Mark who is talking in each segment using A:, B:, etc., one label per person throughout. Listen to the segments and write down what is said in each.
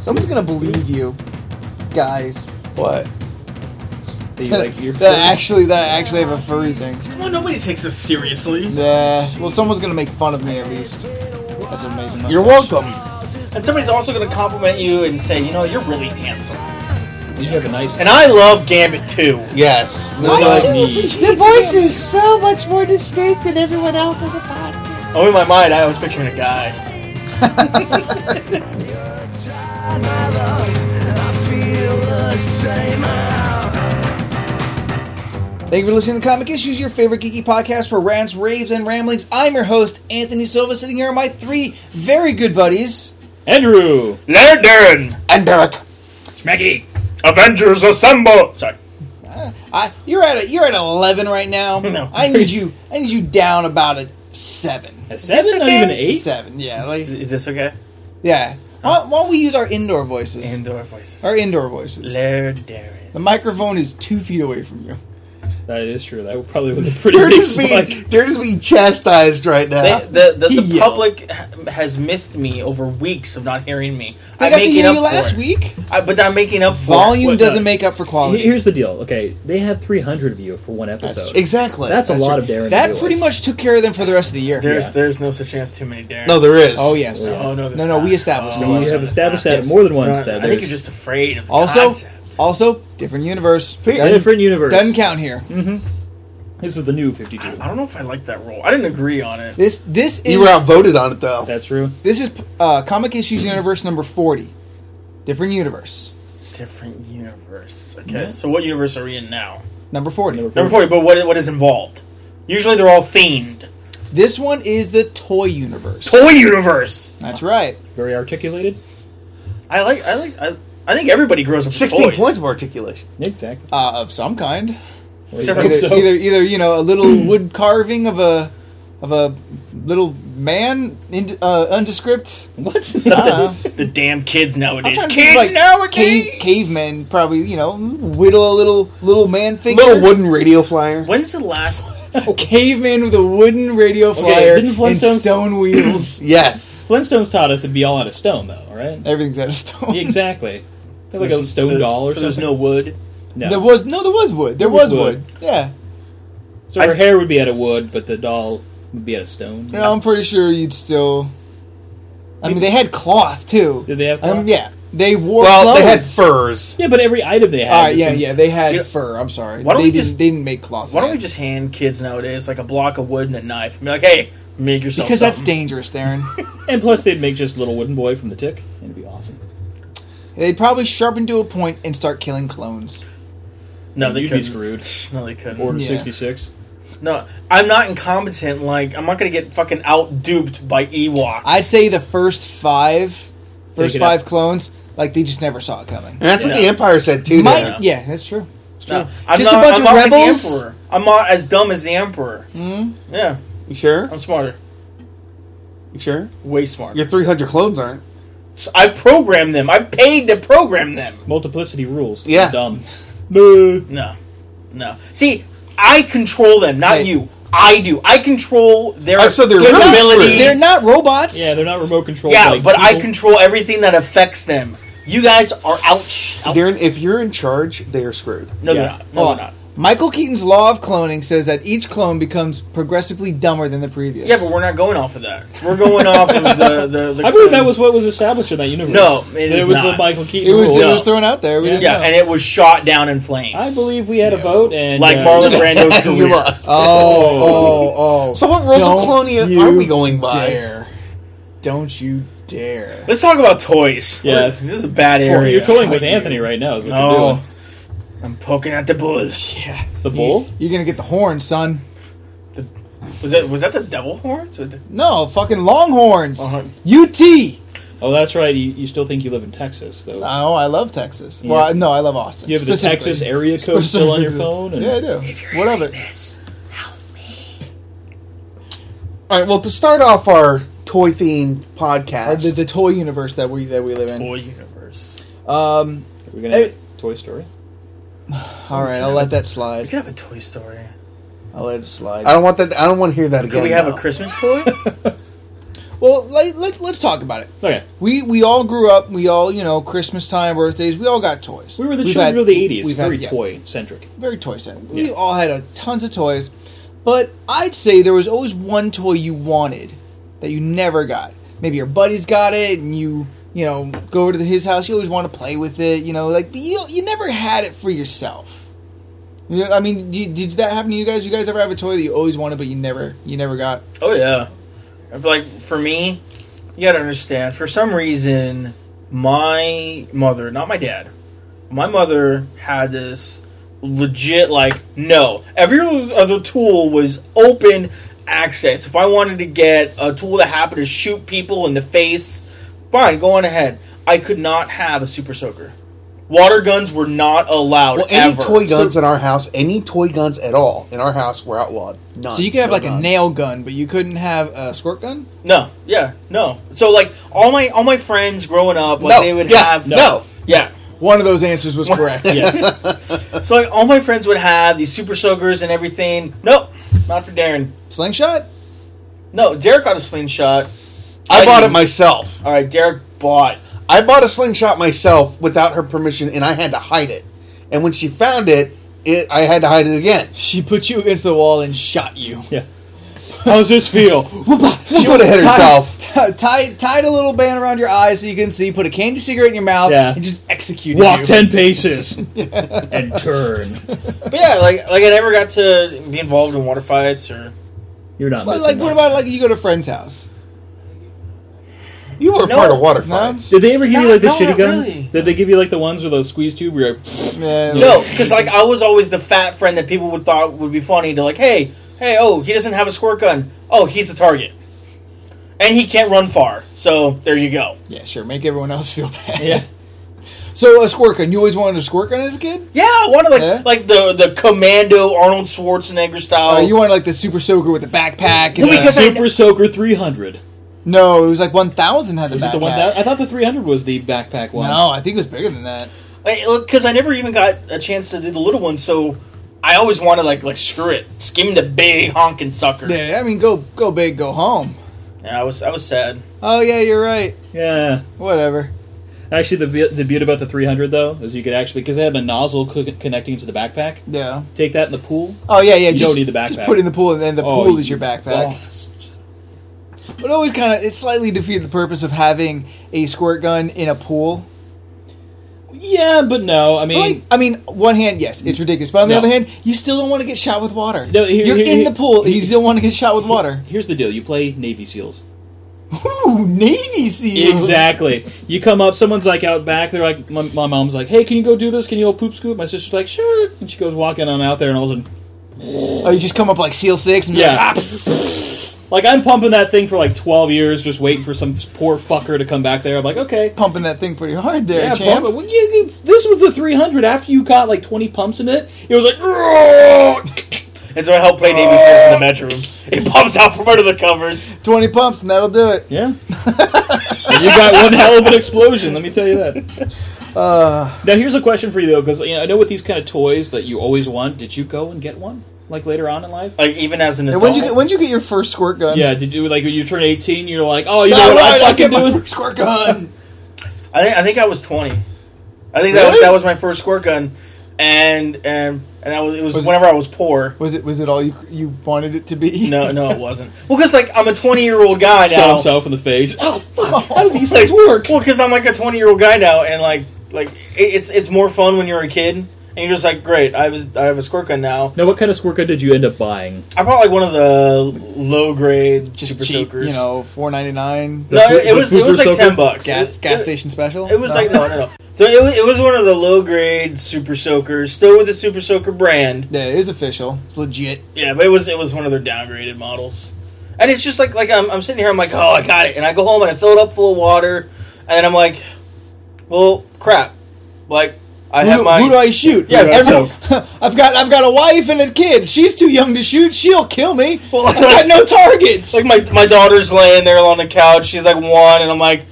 A: Someone's gonna believe you, guys.
B: What?
C: That you like ear
A: That actually, that I actually have a furry thing.
D: Well, nobody takes us seriously.
A: Yeah. Well, someone's gonna make fun of me at least. That's an amazing. Mustache.
B: You're welcome.
D: And somebody's also going to compliment you and say, you know, you're really handsome.
C: You have a nice.
D: And I love Gambit too.
B: Yes.
C: I
B: Literally.
C: need.
E: Your voice is so much more distinct than everyone else on the podcast.
D: Oh, in my mind, I was picturing a guy.
A: Thank you for listening to Comic Issues, your favorite geeky podcast for rants, raves, and ramblings. I'm your host, Anthony Silva, sitting here with my three very good buddies.
C: Andrew,
D: Leonard Darren,
B: And Derek.
C: Schmecky.
D: Avengers Assemble. Sorry.
A: I, you're at a, you're at 11 right now.
D: No.
A: I need you. I need you down about a seven.
C: A seven, not
D: okay?
C: even an eight.
A: Seven. Yeah. Like
D: Is this okay?
A: yeah. Why, why don't we use our indoor voices?
D: Indoor voices.
A: our indoor voices.
D: Laird Darren.
A: The microphone is two feet away from you.
C: That is true. That probably was a pretty
B: Dirt
C: big
B: is
C: spike.
B: being Dirt is being chastised right now.
D: They, the the, the
A: He
D: public has missed me over weeks of not hearing me.
A: I,
D: I'm
A: got to
D: making
A: hear
D: up
A: you
D: for
A: last
D: it.
A: week.
D: I, but I'm making up for
A: Volume
C: what-
A: doesn't
C: no.
A: make up for quality.
C: Here's the deal. Okay, they had 300 of you for one episode.
B: exactly.
C: That's, a lot
B: true.
C: of Darren.
A: that
C: Lewis.
A: pretty much took care of them for the rest of the year.
D: it. There's
C: Yeah.
D: there's no such thing as too many Darrens.
B: No, there is.
A: Oh yes.
C: Yeah.
D: Oh no, there's
A: No, no,
D: not.
A: we established
D: Oh,
A: there was.
C: We have established that
A: Yes.
C: more than once.
D: No,
C: that
D: I think you're
C: there's
D: just afraid of the
A: Also,
D: concept.
A: also different universe.
C: a
A: Doesn't,
C: different universe.
A: doesn't count here.
C: This is the new 52.
D: I don't know if I like that role. I didn't agree on it.
A: This this is
B: You were outvoted on it though.
C: That's true.
A: this is uh, comic issues universe number forty. Different universe
D: Different universe. Okay, so what universe are we in now?
A: number forty.
D: Number forty. But what what is involved? Usually they're all themed.
A: This one is the toy universe.
D: Toy universe.
A: That's right.
C: Very articulated.
D: I like. I like. I, I think everybody grows up. with
B: Sixteen
D: toys.
B: points of articulation.
C: Exactly.
A: Uh, of some kind.
D: Except
A: Either,
D: Hope
A: either either you know a little wood carving of a of a little man in, uh, undescript.
C: What's
A: Uh-uh.
D: The damn kids nowadays.
A: trying to
D: Kids
A: think of, like,
D: nowadays.
A: Cave, cavemen probably you know whittle a little little man figure.
B: Little wooden radio flyer.
D: When's the last?
A: caveman with a wooden radio flyer
C: didn't
A: and
C: Flintstones-
A: stone wheels.
B: Yes.
C: Flintstones taught us it'd be all out of stone, though, all right?
A: Everything's out of stone.
C: exactly. It's like a
D: There's-
C: stone
D: there-
C: doll or
D: so there's
C: something.
D: no wood.
C: no.
A: There was no, there was wood. There,
C: There
A: was
C: was
A: wood. Yeah,
C: so her hair would be out of wood, but the doll would be out of stone.
A: you know, I'm pretty sure you'd still. I mean, they had cloth too.
C: Did they have
A: Um,
C: cloth?
A: yeah, they wore.
B: Well, they had
A: clothes.
B: furs.
C: Yeah, but every item they had.
A: All right,
C: was
A: yeah,
C: some-
A: yeah, they had
D: You know-
A: fur. I'm sorry,
D: Why don't
A: they
D: we
A: didn't.
D: just-
A: they didn't make cloth.
D: Why don't
A: man.
D: we just hand kids nowadays like a block of wood and a knife? and be like, hey, make yourself.
A: Because that's
D: something.
A: dangerous, Darren.
C: And plus, they'd make just little wooden boy from the tick, and it'd be awesome.
A: They'd probably sharpen to a point and start killing clones.
D: No, they
C: You'd
D: couldn't.
C: be screwed.
D: No, they couldn't.
C: Order
A: Yeah.
C: 66.
D: No, I'm not incompetent. Like I'm not gonna get fucking out duped by Ewoks.
A: I'd say the first five, first
C: it
A: five
C: out.
A: clones, like they just never saw it coming.
B: And that's what
D: Yeah.
B: the Empire said too.
A: Might,
B: Darren.
A: yeah, that's true. It's true.
D: No, I'm
A: just
D: not,
A: a bunch
D: I'm
A: of
D: not like the
A: rebels.
D: emperor. I'm not as dumb as the emperor.
A: Mm.
D: Yeah,
B: You sure?
D: I'm smarter.
B: You sure?
D: Way smarter.
B: Your 300 clones aren't.
D: So I programmed them. I paid to program them.
C: Multiplicity rules.
B: Yeah.
C: Dumb. Boo.
D: No, no. See, I control them, not
A: Hey.
D: you. I do. I control their,
B: Oh, so they're
D: their
B: not screwed.
D: abilities.
A: They're not robots.
C: Yeah, they're not remote controlled.
D: yeah,
C: like
D: but I
C: people.
D: control everything that affects them. You guys are ouch. ouch.
B: Darren, if you're in charge, they are screwed.
D: No,
C: Yeah.
D: they're not. No,
A: Hold
D: they're
A: on.
D: not.
A: Michael Keaton's law of cloning says that each clone becomes progressively dumber than the previous.
D: Yeah, but we're not going off of that. We're going off of the the. the
C: I believe that was what was established in that universe.
D: No, it
C: There
D: is
C: was the
D: not.
C: Michael
A: it
C: Keaton
A: was
C: rule.
A: it was thrown out there. We didn't
D: Yeah,
A: know.
D: and it was shot down in flames.
C: I believe we had a vote and
D: Like
C: uh,
D: Marlon Brando's career.
B: you lost.
A: oh, oh, oh.
B: so what rules
A: Don't
B: of cloning
A: you
B: are we going by?
A: dare. Don't you dare.
D: Let's talk about toys.
C: Yes.
D: this is a bad
C: You're,
D: area.
C: you're toying with
A: Fuck
C: Anthony right now. Is what you're
D: No,
C: doing.
D: I'm poking at the bush.
A: Yeah.
C: The bull.
A: You're going to get the horn, son.
D: Was that was that the devil horns? With the-
A: No, fucking longhorns.
D: Uh-huh.
A: UT.
C: Oh, that's right. You, you still think you live in Texas though?
A: Oh, I love Texas.
C: Yes.
A: Well, I- no, I love Austin.
C: you have the
A: specifically.
C: Texas area code still on your phone. And
A: Yeah, I do. What of it?
B: All right. Well, to start off our toy themed podcast,
A: Uh, The, the toy universe that we that we live in.
D: Boy universe.
A: Um,
C: Are we gonna
A: Hey.
C: have Toy Story.
A: all right, I'll let that
D: We
A: slide.
D: could have a Toy Story.
A: I'll let it slide.
B: Oh. I don't want that. I don't want to hear that again.
D: Could we have
B: no.
D: a Christmas toy?
A: Well, let, let, let's talk about it.
C: Okay.
A: We we all grew up. We all you know Christmas time, birthdays. We all got toys.
C: We were the
A: We've
C: children
A: had-
C: of the 80s.
A: We've
C: very
A: had, yeah,
C: toy centric.
A: very toy set. We
C: Yeah.
A: all had a, tons of toys, but I'd say there was always one toy you wanted that you never got. Maybe your buddy's got it, and you you know go over to his house. You always want to play with it. You know, like but you you never had it for yourself. You know, I mean, you, did that happen to you guys? You guys ever have a toy that you always wanted but you never you never got?
D: Oh yeah. I feel like for me, you gotta understand. For some reason, my mother, not my dad, my mother had this legit like no. Every other tool was open access. If I wanted to get a tool that happened to shoot people in the face, fine, go on ahead. I could not have a super soaker. Water guns were not allowed.
B: Well, any
D: ever.
B: toy
D: So-
B: guns in our house, any toy guns at all in our house were outlawed. None.
A: So you could have
B: No
A: like a
B: guns.
A: nail gun, but you couldn't have a squirt gun.
D: No, yeah, no. So like all my all my friends growing up, like
B: No,
D: they would
B: yeah,
D: have
B: no. No.
D: yeah.
A: One of those answers was correct.
C: Yes.
D: So like all my friends would have these super soakers and everything. Nope, not for Darren.
A: Slingshot?
D: No, Derek got a slingshot.
B: I bought it
D: didn't.
B: myself.
D: All right, Derek bought.
B: I bought a slingshot myself without her permission, and I had to hide it. And when she found it, it I had to hide it again.
A: She put you against the wall and shot you.
C: yeah. How's this feel?
B: She would have hit
A: Tie-
B: herself.
A: Tie, tie, tied a little band around your eyes so you can see. Put a candy cigarette in your mouth
C: Yeah.
A: and just execute.
C: Walk
A: you.
C: ten paces and turn.
D: But yeah, like like I never got to be involved in water fights or
C: You're not.
A: But
C: missing
A: like, what
C: much.
A: about like you go to a friend's house?
B: You were a
D: No,
B: part of water
A: no.
B: fights.
C: Did they ever give you
D: No,
C: like the
D: no,
C: shitty
D: not
C: guns?
D: really.
C: Did they give you like the ones with a squeeze tube? Where you're like,
A: Yeah.
D: no, because like I was always the fat friend that people would thought would be funny to like, hey, hey, oh, he doesn't have a squirt gun. Oh, he's the target, and he can't run far. So there you go.
A: Yeah, sure. Make everyone else feel bad.
C: yeah,
A: So a squirt gun. You always wanted a squirt gun as a kid.
D: Yeah, one of like
A: Yeah?
D: like the the commando Arnold Schwarzenegger style.
C: Oh.
B: Oh,
A: Uh, you wanted like the super soaker with the backpack. And
D: Well,
A: the-
D: because I-
C: Super Soaker 300.
A: no, it was like one thousand had the
C: Is
A: backpack.
C: it the one that I thought the 300 was the backpack one?
A: no, I think it was bigger than that.
D: because I, never even got a chance to do the little one, so I always wanted like like screw it, just give me the big honking sucker. Yeah,
A: Yeah, I mean, go go big, go home.
D: I was I was sad.
A: Oh yeah, you're right.
C: Yeah.
A: Whatever.
C: Actually, the be- the beauty about the 300 though is you could actually because they had a nozzle co- connecting to the backpack.
A: Yeah.
C: Take that in the pool.
A: Oh yeah, yeah.
C: You
A: Just,
C: don't need the
A: Just
C: backpack.
A: put it in the pool, and then the
C: Oh,
A: pool
C: you-
A: is your backpack. But it always kind of it slightly defeated the purpose of having a squirt gun in a pool.
C: Yeah, but no. I mean,
A: Like, I mean, one hand, yes, it's ridiculous. But on the
C: No.
A: other hand, you still don't want to get shot with water.
C: No, here-
A: You're
C: here-
A: in
C: here-
A: the pool. and you
C: here-
A: still want to get shot with water.
C: here's the deal: you play Navy SEALs.
A: Ooh, Navy SEALs.
C: Exactly. You come up, someone's like out back. They're like, my, my mom's like, "Hey, can you go do this? Can you go poop scoop?" My sister's like, "Sure," and she goes walking on out there, and all of a sudden,
A: Oh, you just come up like SEAL Six and be
C: Yeah.
A: like, ah, psst,
C: like I'm pumping that thing for like 12 years, just waiting for some poor fucker to come back there. I'm like, okay.
A: pumping that thing pretty hard there,
C: Yeah,
A: champ.
C: pump it. Well, you- you- this was the 300. After you got like 20 pumps in it, it was like, "Ugh."
D: And so I helped play Navy Seals in the bedroom. It pops out from under the covers.
A: Twenty pumps and that'll do it.
C: yeah. And you got one hell of an explosion. Let me tell you that.
A: Uh,
C: Now here's a question for you though, because you know, I know with these kind of toys that you always want. Did you go and get one like later on in life?
D: Like even as an
A: and
D: adult.
A: when you get when you get your first squirt gun?
C: Yeah, did you like when you turn 18, you're like, oh, you
A: No,
C: know what
A: right,
C: I
A: I'll get
C: fucking
A: my
C: do?
A: first squirt gun.
D: I think I think I was twenty. I think that
A: Really?
D: that was my first squirt gun, and and and that was it was,
A: Was it-
D: whenever I was poor.
A: Was it was it all you you wanted it to be?
D: No, no, it wasn't. Well, because like I'm a 20 year old guy
C: Shot
D: now.
C: himself in the face. Oh fuck! How do these
D: like
C: things work?
D: Well, because I'm like a 20 year old guy now, and like like it, it's it's more fun when you're a kid, and you're just like, great, I have a, I have a squirt gun now.
C: Now, what kind of squirt gun did you end up buying?
D: I bought like one of the low grade
A: just
D: super
A: cheap.
D: soakers.
A: You know, four ninety nine.
D: no,
C: The
D: it, it
C: Fru-
D: was
C: the
D: it was
C: Super
D: like
C: Soaker?
D: ten bucks.
A: gas
D: it,
A: gas
D: it-
A: station special.
D: It was
A: No?
D: like no, no, no. So it was, it was one of the low grade super soakers, still with the super soaker brand.
A: Yeah, it is official. It's legit.
D: Yeah, but it was it was one of their downgraded models. And it's just like like I'm, I'm sitting here, I'm like, oh, I got it, and I go home and I fill it up full of water, and then I'm like, well, crap, like I
A: who,
D: have
A: do,
D: my
A: who do I shoot?
D: Yeah,
A: Every-
D: so-
A: I've got I've got a wife and a kid. She's too young to shoot. She'll kill me. I've got no targets.
D: Like my my daughter's laying there on the couch. She's like one, and I'm like,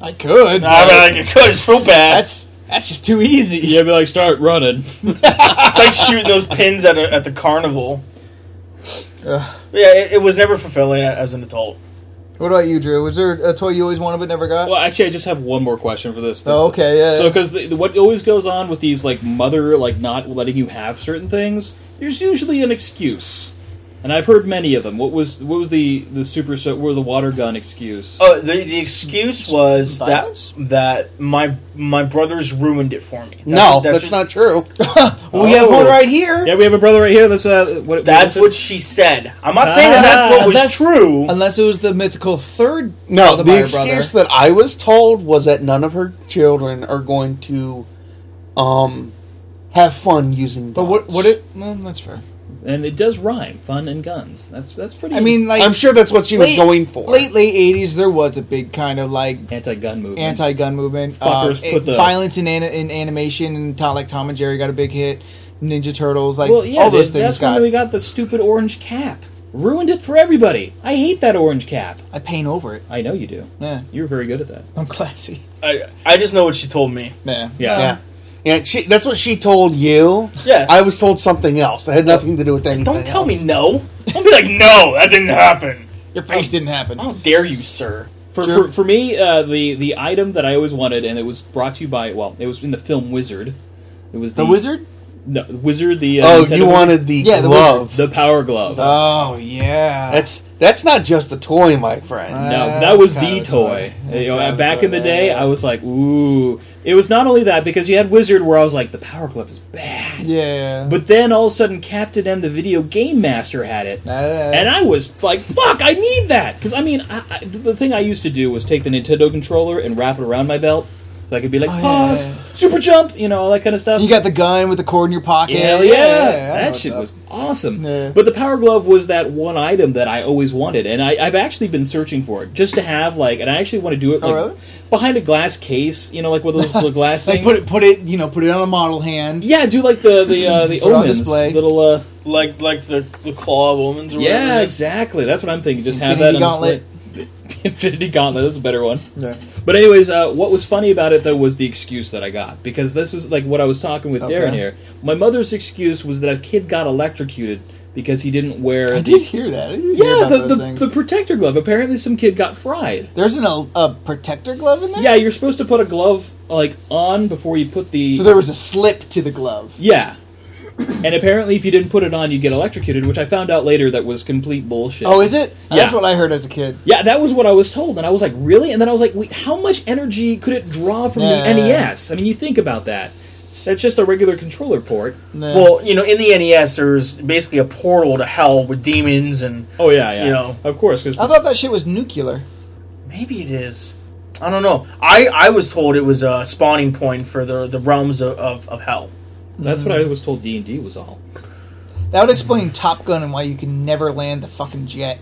A: I could.
D: I'm like, it could. It's real bad.
A: that's that's just too easy.
C: Yeah, be like, start running.
D: it's like shooting those pins at a, at the carnival.
A: Ugh.
D: But yeah, it, it was never fulfilling a- as an adult.
A: What about you, Drew? Was there a toy you always wanted but never got?
C: Well, actually, I just have one more question for this. this
A: Oh, okay, yeah,
C: So,
A: yeah.
C: because the, the- what always goes on with these, like mother, like not letting you have certain things, there's usually an excuse, and I've heard many of them. What was what was the the super so were the water gun excuse?
D: Oh, the, the excuse was that
A: Violence?
D: that my my brothers ruined it for me. That's
B: no,
D: what-
B: that's,
D: what-
B: not true.
A: we have one
C: Oh.
A: right here.
C: Yeah, we have a brother right here. That's uh, what,
D: That's what
C: she,
D: she said. I'm not saying that that's what
A: Ah,
D: was
A: that's-
D: true.
A: Unless it was the mythical third.
B: No,
A: brother
B: the
A: by her
B: excuse
A: brother.
B: that I was told was that none of her children are going to, um, have fun using.
A: But
B: guns.
A: what? What it? Well, that's fair.
C: and it does rhyme, fun and guns. That's that's pretty.
A: I mean, like
B: I'm sure that's what she was
A: late-
B: going for.
A: Late late '80s, there was a big kind of like
C: anti-gun movement.
A: anti-gun movement.
C: Fuckers
A: Uh,
C: put the-
A: violence in, an- in animation, and Tom, like Tom and Jerry got a big hit. Ninja Turtles, like
C: Well, yeah,
A: all those
C: that-
A: things
C: that's
A: got.
C: when we got the stupid orange cap. Ruined it for everybody. I hate that orange cap.
A: I paint over it.
C: I know you do.
A: Yeah,
C: You're very good at that.
A: I'm classy.
D: I, I just know what she told me.
A: Yeah,
B: Yeah. Yeah, she, that's what she told you.
D: Yeah.
B: I was told something else. It had nothing to do with anything.
D: Don't tell
B: else.
D: me no. Don't be like, no, that didn't happen.
A: your
C: Oh.
A: face didn't happen.
D: How dare you, sir?
C: For,
A: Sure.
C: for, for me, uh, the the item that I always wanted, and it was brought to you by well, it was in the film Wizard. It was the,
A: the wizard?
C: No, Wizard. The uh,
B: Oh,
C: Nintendo
B: you
C: movie.
B: wanted the
A: Yeah, the
B: glove.
C: the Power Glove.
A: Oh yeah,
B: that's that's not just a toy, my friend.
C: no, that
A: that's
C: was
A: kind
C: the
A: of a
C: toy.
A: toy. That's
C: You know,
A: kind of a
C: back
A: toy,
C: in the
A: yeah,
C: day,
A: yeah.
C: I was like, ooh. It was not only that because you had Wizard, where I was like, the Power Glove is bad.
A: yeah.
C: But then all of a sudden, Captain M, the video game master, had it.
A: Uh,
C: And I was like, "Fuck, I need that!" Because I mean, I, I, the thing I used to do was take the Nintendo controller and wrap it around my belt, so I could be like,
A: Oh, yeah,
C: "Pause,
A: yeah, yeah.
C: super jump," you know, all that kind of stuff.
A: you got the gun with the cord in your pocket.
C: Hell yeah,
A: I know
C: that
A: what's
C: shit
A: up.
C: was awesome.
A: Yeah.
C: But the Power Glove was that one item that I always wanted, and I, I've actually been searching for it just to have like, and I actually want to do it
A: Oh,
C: like
A: really?
C: behind a glass case, you know, like with those little glass
A: Like
C: things.
A: put it, put it, you know, put it on a model hand.
C: yeah, do like the the uh, the
A: Put it on
C: omens
A: display.
C: little. Uh,
D: Like like the the claw of woman's or whatever
C: yeah,
D: it is.
C: exactly. That's what I'm thinking. Just have
A: Infinity
C: that on
A: Gauntlet.
C: display. Infinity Gauntlet. That's a better one.
A: Yeah.
C: But anyways, uh, what was funny about it though was the excuse that I got because this is like what I was talking with
A: Okay.
C: Darren here. My mother's excuse was that a kid got electrocuted because he didn't wear.
A: I
C: the-
A: did hear that. I did hear
C: Yeah,
A: about
C: the,
A: those
C: the,
A: things.
C: the protector glove. Apparently, some kid got fried.
A: There's an, a, a protector glove in there.
C: Yeah, you're supposed to put a glove like on before you put the.
A: So there was a slip to the glove.
C: yeah. And apparently, if you didn't put it on, you'd get electrocuted, which I found out later that was complete bullshit.
A: Oh, is it?
C: Yeah.
A: That's what I heard as a kid.
C: Yeah, that was what I was told, and I was like, really? And then I was like, wait, how much energy could it draw from
A: Yeah.
C: the NES? I mean, you think about that. That's just a regular controller port.
A: Nah.
D: Well, you know, in the NES, there's basically a portal to hell with demons, and
C: Oh yeah, yeah.
D: You know.
C: of course, because
A: I thought that shit was nuclear.
D: maybe it is. I don't know. I, I was told it was a spawning point for the the realms of, of, of hell.
C: that's what I
A: Mm.
C: was told. D and D was all.
A: That would explain Top Gun and why you can never land the fucking jet.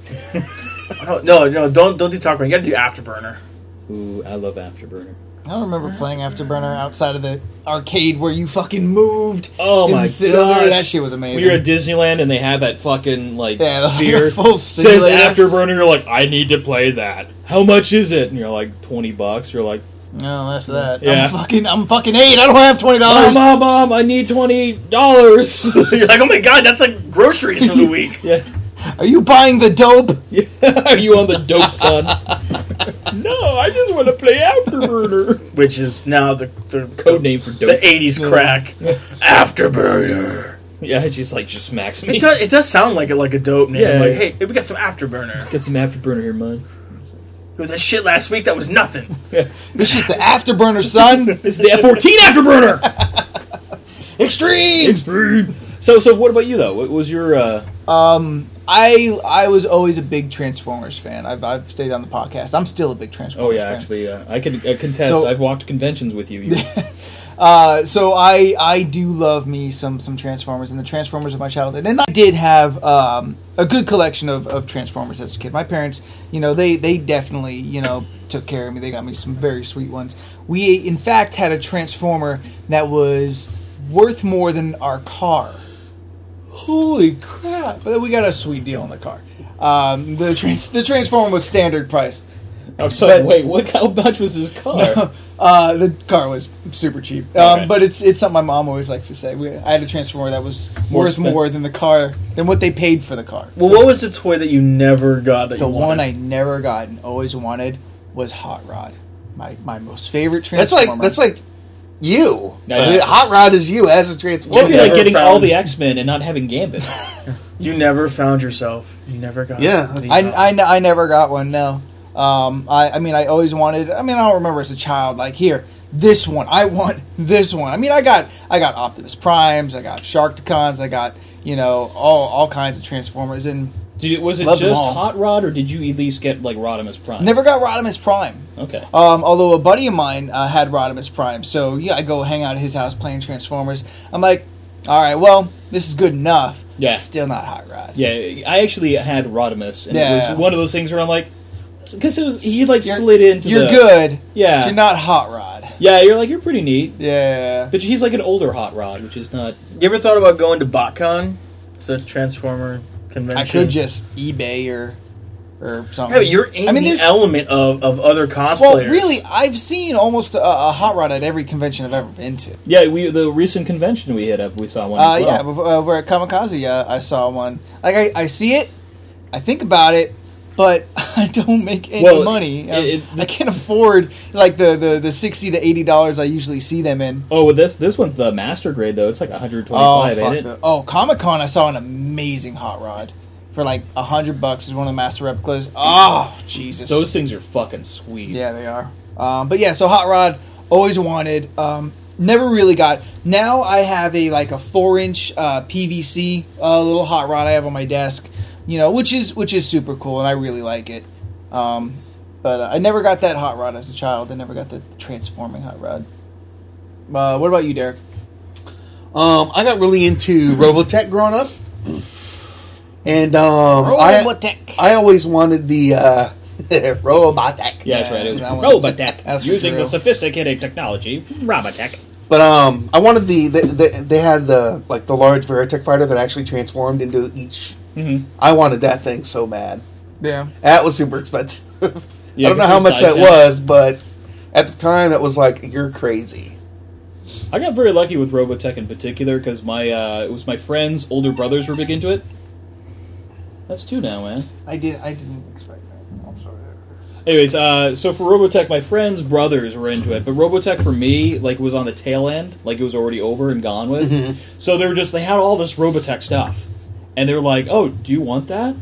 D: I don't- No, no, don't don't do talk. You got to do afterburner.
C: Ooh, I love Afterburner.
A: I don't remember playing Afterburner outside of the arcade where you fucking moved.
C: Oh
A: in the
C: my
A: cylinder.
C: gosh.
A: that shit was
C: When
A: amazing.
C: you're at Disneyland and they have that fucking like
A: Yeah, the
C: sphere
A: full
C: says
A: simulator.
C: Afterburner, you're like, I need to play that. How much is it? And you're like, twenty bucks. You're like,
A: no, after Oh, that,
C: Yeah.
A: I'm fucking, I'm fucking eight. I don't have twenty
C: Mom,
A: dollars.
C: mom, mom, I need twenty dollars.
D: You're like, oh my god, that's like groceries for the week.
C: yeah.
A: Are you buying the dope?
C: Are you on the dope son? no, I just want to play Afterburner.
D: Which is now the the
C: Code name for dope.
D: the '80s crack afterburner.
C: Yeah, she's like just smacks me.
D: It does, it does sound like a, like a dope name.
C: Yeah,
D: like,
C: yeah.
D: hey, we got some afterburner.
C: Get some Afterburner here, man.
D: With that shit last week, that was nothing.
A: This is the Afterburner, son.
C: This is the F14 Afterburner.
A: Extreme.
C: so, so what about you though? What was your? uh
A: Um, I I was always a big Transformers fan. I've, I've stayed on the podcast. I'm still a big
C: Oh
A: Transformers
C: yeah,
A: fan.
C: actually, uh, I can uh, contest.
A: So-
C: I've walked conventions with you. you
A: Uh, so I I do love me some some Transformers and the Transformers of my childhood, and I did have um, a good collection of, of Transformers as a kid. My parents, you know, they they definitely you know took care of me. They got me some very sweet ones. We in fact had a Transformer that was worth more than our car. Holy Um, crap! But we got a sweet deal on the car. Um, the trans- the Transformer was standard price.
C: I was like,
A: But-
C: wait, what? How much was his car?
A: Uh, the car was super cheap, um,
C: Okay.
A: but it's it's something my mom always likes to say. We, I had a transformer that was
C: More
A: worth
C: expen-
A: more than the car than what they paid for the car.
D: Well, what was the toy that you never got that
A: The
D: you
A: one
D: wanted?
A: I never got and always wanted was Hot Rod, my my most favorite
B: That's
A: transformer.
B: like that's like you.
C: Yeah,
B: I mean,
C: yeah.
B: Hot Rod is you as a transformer.
C: That'd be like
D: never
C: getting
D: found-
C: all the X Men and not having Gambit.
D: you never found yourself. You never got.
B: Yeah, that's-
A: I, I, n- I never got one. No, um, I I mean I always wanted. I mean I don't remember as a child. Like here, this one. I want this one. I mean I got I got Optimus Primes. I got Sharktacons. I got you know all all kinds of Transformers and
C: Did you, was it
A: Love them
C: just
A: all.
C: Hot Rod, or did you at least get like Rodimus Prime?
A: never got Rodimus Prime.
C: Okay.
A: Um, although a buddy of mine uh, had Rodimus Prime, so yeah, I go hang out at his house playing Transformers. I'm like, all right, well, this is good enough.
C: Yeah.
A: Still not Hot Rod.
C: Yeah, I actually had Rodimus, and it
A: Yeah.
C: was one of those things where I'm like, because it was he like
A: You're-
C: slid into
A: You're
C: the-
A: good.
C: Yeah,
A: But you're not Hot Rod.
C: yeah, you're like you're pretty neat,
A: Yeah.
C: but he's like an older Hot Rod, which is not.
D: You ever thought about going to BotCon? It's a Transformer convention.
A: I could just eBay or or something.
D: Yeah, but you're in
A: I mean,
D: the
A: there's-
D: element of, of other cosplayers.
A: well, really, I've seen almost a, a Hot Rod at every convention I've ever been to.
C: Yeah, we the recent convention we hit up, we saw one.
A: Uh,
C: as well.
A: yeah, before, uh, over at Kamikaze, uh, I saw one. Like, I, I see it, I think about it, but I don't make any
C: Well,
A: money. Um,
C: it- it-
A: I can't afford like the, the, the sixty to eighty dollars I usually see them in.
C: Oh, with this this one's the master grade though. It's like 125,
A: Oh fuck!
C: ain't it?
A: the- oh, Comic Con, I saw an amazing hot rod for like a hundred bucks. Is one of the master replicas. Oh Jesus!
C: Those things are fucking sweet.
A: Yeah, they are. Um, but yeah, so hot rod always wanted. Um, never really got. Now I have a like a four inch uh, PVC uh, little hot rod I have on my desk. You know, which is which is super cool, and I really like it. Um, but uh, I never got that hot rod as a child. I never got the transforming hot rod. Uh, what about you, Derek?
B: Um, I got really into Robotech growing up, and um,
A: Robotech.
B: I, I always wanted the uh, Robotech.
C: Yeah, that's right. It was
A: That one.
C: Robotech.
A: That's for
C: Using the
A: Drew.
C: sophisticated technology, Robotech.
B: But um, I wanted the, the, the they had the like the large Veritech fighter that actually transformed into each.
C: Mm-hmm.
B: I wanted that thing so bad.
A: Yeah,
B: That was super expensive.
C: Yeah,
B: I don't know
C: because
B: how
C: it was
B: much that
C: diced down.
B: was, but at the time it was like you're crazy.
C: I got very lucky with Robotech in particular because my uh, it was my friends' older brothers were big into it. That's two now, man.
A: I did. I didn't expect that. I'm sorry.
C: Anyways, uh, so for Robotech, my friends' brothers were into it, but Robotech for me, like, was on the tail end, like it was already over and gone with. So they were just they had all this Robotech stuff, and they were like, "Oh, do you want that?"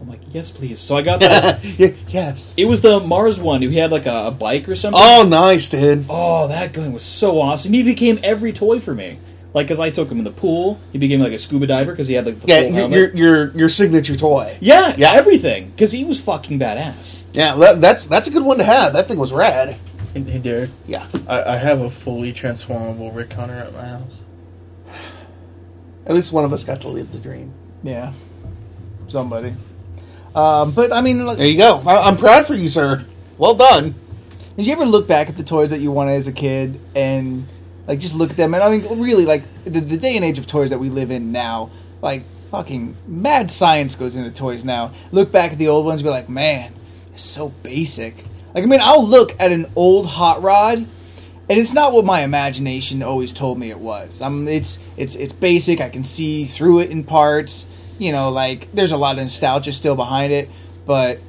C: I'm like, "Yes, please." So I got that.
B: Ye- yes.
C: it was the Mars one. He had like a, a bike or something.
B: Oh, nice, dude.
C: Oh, that gun was so awesome. He became every toy for me. Like, because I took him in the pool. He became like a scuba diver because he had like the
B: Yeah,
C: full
B: your,
C: helmet.
B: your your your signature toy.
C: yeah,
B: Yeah.
C: yeah, everything. Because he was fucking badass.
B: Yeah, that, that's that's a good one to have. That thing was rad.
D: Hey, hey, Derek,
B: Yeah,
D: I, I have a fully transformable Rick Hunter at my house.
B: at least one of us got to live the dream.
A: Yeah, somebody. Um, but I mean, like,
B: There you go. I, I'm proud for you, sir. Well done.
A: Did you ever look back at the toys that you wanted as a kid and like just look at them? And I mean, really, like the, the day and age of toys that we live in now, like fucking mad science goes into toys now. Look back at the old ones, and be like, man, it's so basic. Like, I mean, I'll look at an old hot rod. And it's not what my imagination always told me it was. Um, it's it's it's basic. I can see through it in parts. You know, like there's a lot of nostalgia still behind it, but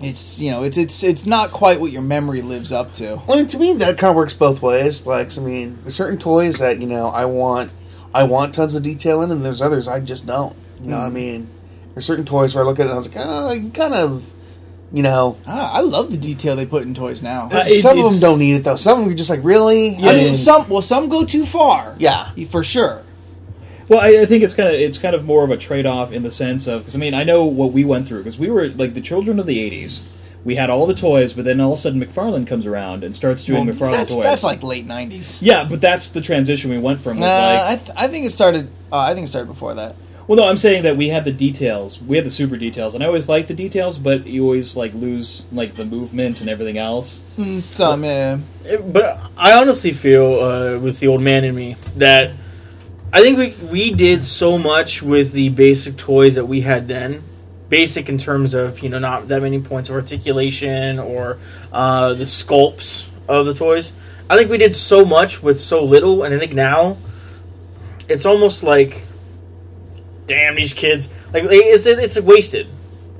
A: it's you know it's it's it's not quite what your memory lives up to.
B: I mean, to me, that kind of works both ways. Like, I mean, there's certain toys that you know I want, I want tons of detail in, and there's others I just don't. You know, what I
A: Mm.
B: mean, there's certain toys where I look at it and I was like, oh, you kind of, you know,
A: Ah, I love the detail they put in toys now.
C: Uh, it-
B: some of them
C: it's-
B: don't need it though. Some of them are just like, really?
A: I mean, some well, some go too far.
B: yeah.
A: for sure.
C: Well, I, I think it's kind of it's kind of more of a trade off in the sense of because I mean I know what we went through because we were like the children of the '80s. We had all the toys, but then all of a sudden McFarlane comes around and starts doing McFarlane
A: that's,
C: toys.
A: that's like late nineties.
C: yeah, but that's the transition we went from.
A: Uh,
C: Was like,
A: I, th- I think it started. Uh, I think it started before that.
C: Well, no, I'm saying that we had the details. We had the super details, and I always like the details, but you always like lose like the movement and everything else.
A: Mm, some yeah.
D: It- but I honestly feel uh, with the old man in me that I think we we did so much with the basic toys that we had then, basic in terms of you know not that many points of articulation or uh, the sculpts of the toys. I think we did so much with so little, and I think now it's almost like, damn these kids! Like it's it's wasted.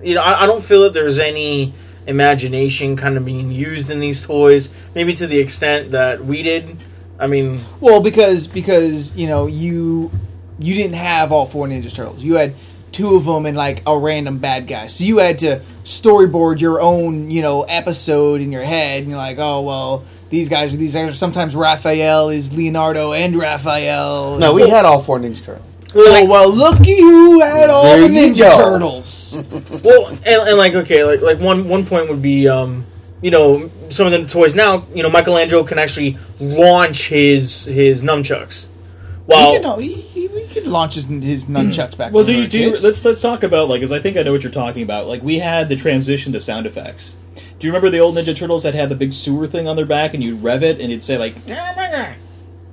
D: You know, I, I don't feel that there's any imagination kind of being used in these toys. Maybe to the extent that we did. I mean,
A: Well, because because you know you you didn't have all four Ninja Turtles. You had two of them and like a random bad guy. So you had to storyboard your own you know episode in your head, and you're like, oh well, these guys are these guys. Sometimes Raphael is Leonardo and Raphael.
B: No, we had all four Ninja Turtles.
A: Oh
D: like-
A: well, looky who had all
B: There
A: the
B: you
A: Ninja
B: go.
A: Turtles.
D: well, and, and like okay, like like one one point would be, um, you know, some of the toys now, you know, Michelangelo can actually launch his his nunchucks.
A: you
D: While
A: know, he, he, he could launch his, his nunchucks back.
C: Well,
A: when
C: do
A: we
C: you
A: were
C: do? You,
A: kids.
C: let's let's talk about like, because I think I know what you're talking about. Like, we had the transition to sound effects. Do you remember the old Ninja Turtles that had the big sewer thing on their back, and you'd rev it, and it'd say like,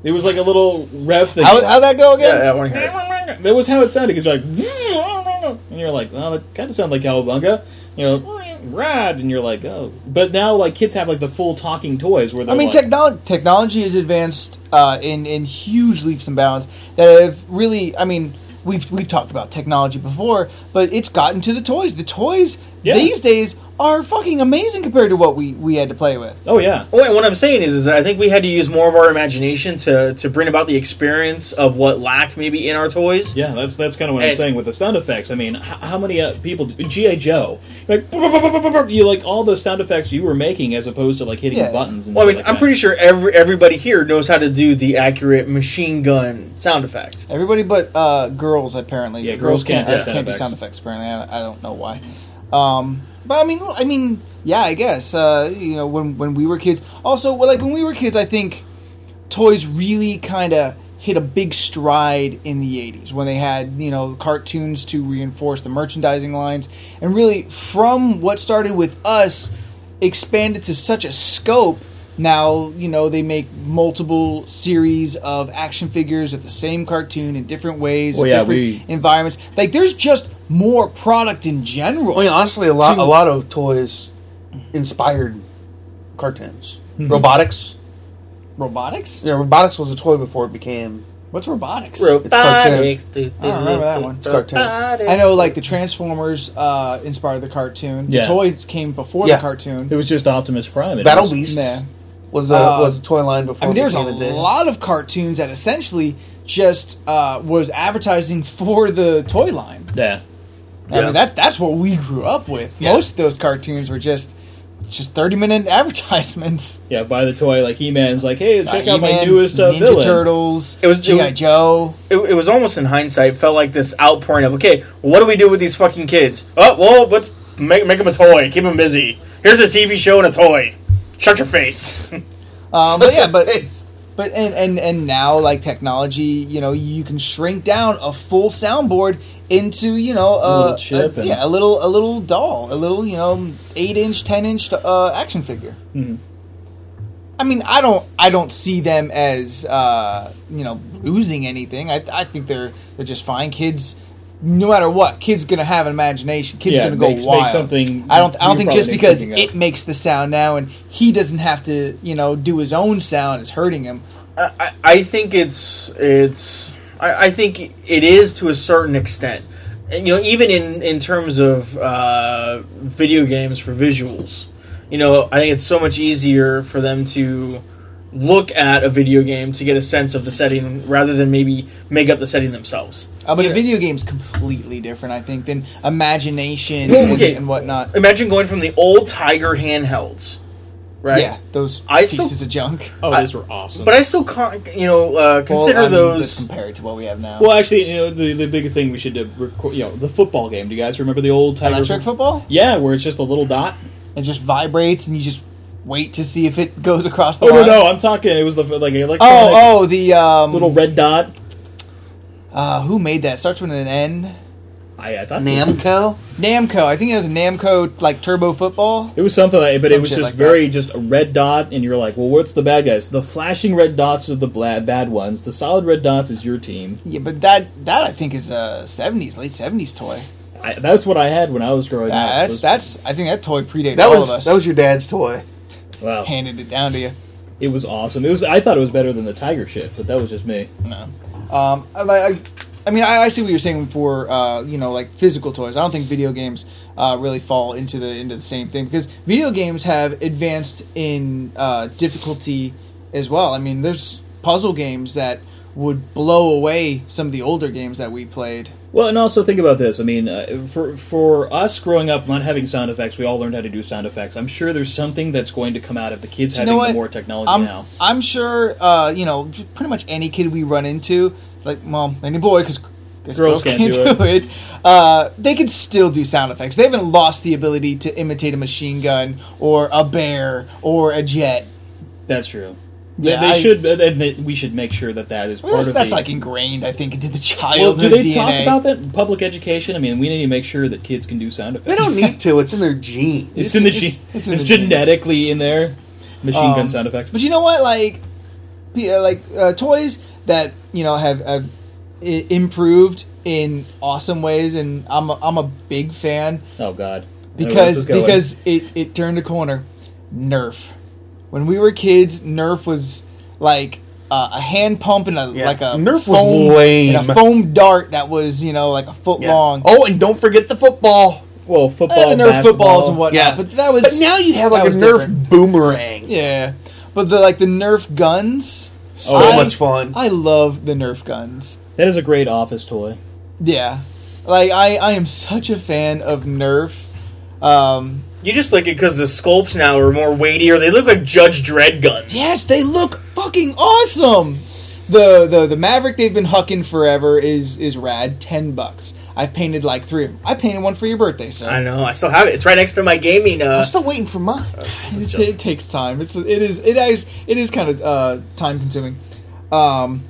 C: it was like a little rev thing.
A: How, how'd that go again?
D: yeah, I want to hear it.
C: that was how it sounded. Because you're like, and you're like, oh, that kind of sounds like Cowabunga. You know, rad, and you're like, oh. But now, like, kids have like the full talking toys where they're
A: I mean,
C: like,
A: technology technology is advanced uh, in in huge leaps and bounds that have really. I mean, we've we've talked about technology before, but it's gotten to the toys. The toys
C: Yeah.
A: these days are fucking amazing compared to what we we had to play with.
C: oh yeah.
D: Oh, wait, what I'm saying is, is that I think we had to use more of our imagination to to bring about the experience of what lacked maybe in our toys.
C: Yeah, that's that's kind of what I'm
D: And-
C: saying with the sound effects. I mean, how, how many uh, people GI Joe like you like all those sound effects you were making as opposed to like hitting
A: Yeah.
C: buttons. And
D: Well, I
C: things
D: mean,
C: like
D: I'm
C: that.
D: pretty sure every everybody here knows how to do the accurate machine gun sound effect.
A: Everybody but uh, girls apparently.
C: Yeah, girls can't do
A: uh,
C: sound
A: can't do
C: effects.
A: sound effects. Apparently, I, I don't know why. Um, but I mean, I mean, yeah, I guess uh, you know when when we were kids. Also, well, like when we were kids, I think toys really kind of hit a big stride in the 80s when they had you know cartoons to reinforce the merchandising lines and really from what started with us expanded to such a scope now you know they make multiple series of action figures of the same cartoon in different ways
C: Well,
A: in
C: yeah,
A: different
C: we-
A: environments like there's just more product in general
C: Oh,
B: I mean, honestly, a lot
A: Two.
B: a lot of toys inspired cartoons.
A: Mm-hmm.
B: Robotics.
A: robotics
B: Yeah, robotics was a toy before it became.
A: what's robotics
D: Robotics.
A: I don't remember that one.
B: It's cartoon.
A: I know, like the Transformers uh, inspired the cartoon.
C: Yeah.
A: The toy came before
B: Yeah.
A: the cartoon.
C: it was just Optimus Prime. It
B: Battle
C: was-
B: Beast
A: Nah.
B: was a
A: Uh,
B: was a toy line
A: I
B: before.
A: mean,
B: it
A: there's a
B: became thing.
A: lot of cartoons that essentially just uh, was advertising for the toy line.
C: Yeah,
A: I
D: Yeah.
A: mean, that's that's what we grew up with.
B: Yeah.
A: Most of those cartoons were just just thirty minute advertisements.
C: yeah. Buy the toy like He Man's like, hey, check
A: Uh,
C: out my
A: He-Man,
C: newest uh,
A: Ninja
C: villain.
A: Turtles.
D: It was- it
A: GI
D: was-
A: Joe.
D: it, it was almost in hindsight felt like this outpouring of okay what do we do with these fucking kids oh well let's make, make them a toy keep them busy here's a tv show and a toy shut your face
A: Um, but yeah, but
B: It's-
A: But and and and now like technology, you know, you can shrink down a full soundboard into you know a,
C: little chip
A: a-
C: and-
A: yeah, a little a little doll, a little you know eight inch, ten inch uh, action figure.
C: Mhm.
A: I mean, I don't I don't see them as uh, you know losing anything. I I think they're they're just fine kids. No matter what, kids gonna have an imagination. Kids
C: Yeah,
A: gonna go
C: make- make
A: wild.
C: something
A: I don't. I
C: you
A: don't think
C: probably
A: just
C: didn't
A: because
C: think of.
A: it makes the sound now and he doesn't have to, you know, do his own sound is hurting him.
D: I, I- I think it's it's I, I think it is to a certain extent And, you know even in in terms of uh, video games for visuals you know i think it's so much easier for them to look at a video game to get a sense of the setting rather than maybe make up the setting themselves
A: Uh, but
D: Yeah.
A: a video game's completely different, I think, than imagination
D: Well,
A: and,
D: okay.
A: and whatnot.
D: imagine going from the old Tiger handhelds, right?
A: Yeah, those
D: I still-
A: pieces of junk.
C: Oh,
D: I-
C: those were awesome.
D: But I still, con- you know, uh, consider
A: well, I mean, that's
D: those.
A: compared to what we have now.
C: well, actually, you know, the the big thing we should do, record, you know, the football game. Do you guys remember the old Tiger?
A: Electric football?
C: Yeah, where it's just a little dot.
A: It just vibrates, and you just wait to see if it goes across the
C: Oh no,
A: line.
C: no, I'm talking. It was the like electronic
A: Oh, oh, the um,
C: little red dot.
A: Uh, who made that? Starts with an N.
C: I, I thought
B: Namco.
A: Namco. I think it was a Namco like Turbo Football.
C: It was something like, but it
A: Some
C: was
A: shit
C: just
A: like
C: very just a red dot, and you're like, well, what's the bad guys? The flashing red dots are the bla- bad ones. The solid red dots is your team.
A: Yeah, but that that I think is a '70s, late '70s toy.
C: I, that's what I had when I was growing up.
A: that's
C: was-
A: that's. I think that toy predates
B: That
A: all
B: was
A: of us.
B: that was your dad's toy.
C: wow.
A: handed it down to you.
C: It was awesome. It was. I thought it was better than the tiger shit, but that was just me.
A: No. Um, I, I, I mean, I, I see what you're saying for uh, you know, like physical toys. I don't think video games uh, really fall into the into the same thing because video games have advanced in uh, difficulty as well. I mean, there's puzzle games that would blow away some of the older games that we played.
C: Well, and also think about this. I mean, uh, for for us growing up, not having sound effects, we all learned how to do sound effects. I'm sure there's something that's going to come out of the kids
A: you
C: having
A: know
C: the
A: what?
C: more technology
A: I'm,
C: now.
A: I'm sure, uh, you know, j- pretty much any kid we run into, like, well, any boy, because girls,
C: Girls
A: can't,
C: can't
A: do,
C: do
A: it, uh, they can still do sound effects. They haven't lost the ability to imitate a machine gun or a bear or a jet.
C: That's true.
A: Yeah,
C: they, they
A: I-
C: should. And they, we should make sure that that is
A: Well,
C: part
A: that's
C: of
A: that's
C: the.
A: like ingrained, I think, into the
C: well,
A: child
C: do they
A: DNA.
C: talk about that in public education? I mean, we need to make sure that kids can do sound effects.
B: They don't need to. It's in their genes.
C: It's, in the
A: it's-
C: gene.
A: it's
C: It's,
A: in the genes.
C: genetically in there. Machine
A: Um,
C: gun sound effect.
A: But you know what? Like, p- uh, like uh, toys that you know have, have I- improved in awesome ways, and I'm a, I'm a big fan
C: Oh God. I know where this
A: because
C: is going.
A: because it, it turned a corner. Nerf. When we were kids, Nerf was like uh, a hand pump and a
B: Yeah.
A: like a
B: Nerf was
A: foam,
B: lame.
A: and a foam dart that was you know like a foot
B: Yeah.
A: long.
B: Oh, and don't forget the football.
C: well,
A: I
C: football,
A: had the Nerf
C: basketball.
A: footballs and whatnot,
B: Yeah.
A: but that was.
B: But now you have
A: that
B: like a
A: was
B: Nerf
A: different.
B: boomerang.
A: Yeah, but the like the Nerf guns.
B: So
A: I-
B: much fun.
A: I love the Nerf guns.
C: That is a great office toy.
A: Yeah, like I, I am such a fan of Nerf. Um,
D: You just like it because the sculpts now are more weightier. They look like Judge Dredd guns.
A: yes, they look fucking awesome. The the the Maverick they've been hucking forever is is rad. Ten bucks. I've painted like three of them. I painted one for your birthday, sir.
D: I know. I still have it. It's right next to my gaming. Uh,
B: I'm still waiting for mine.
A: it, ta- it takes time. It's it is it is it is kind of uh, time consuming. Um,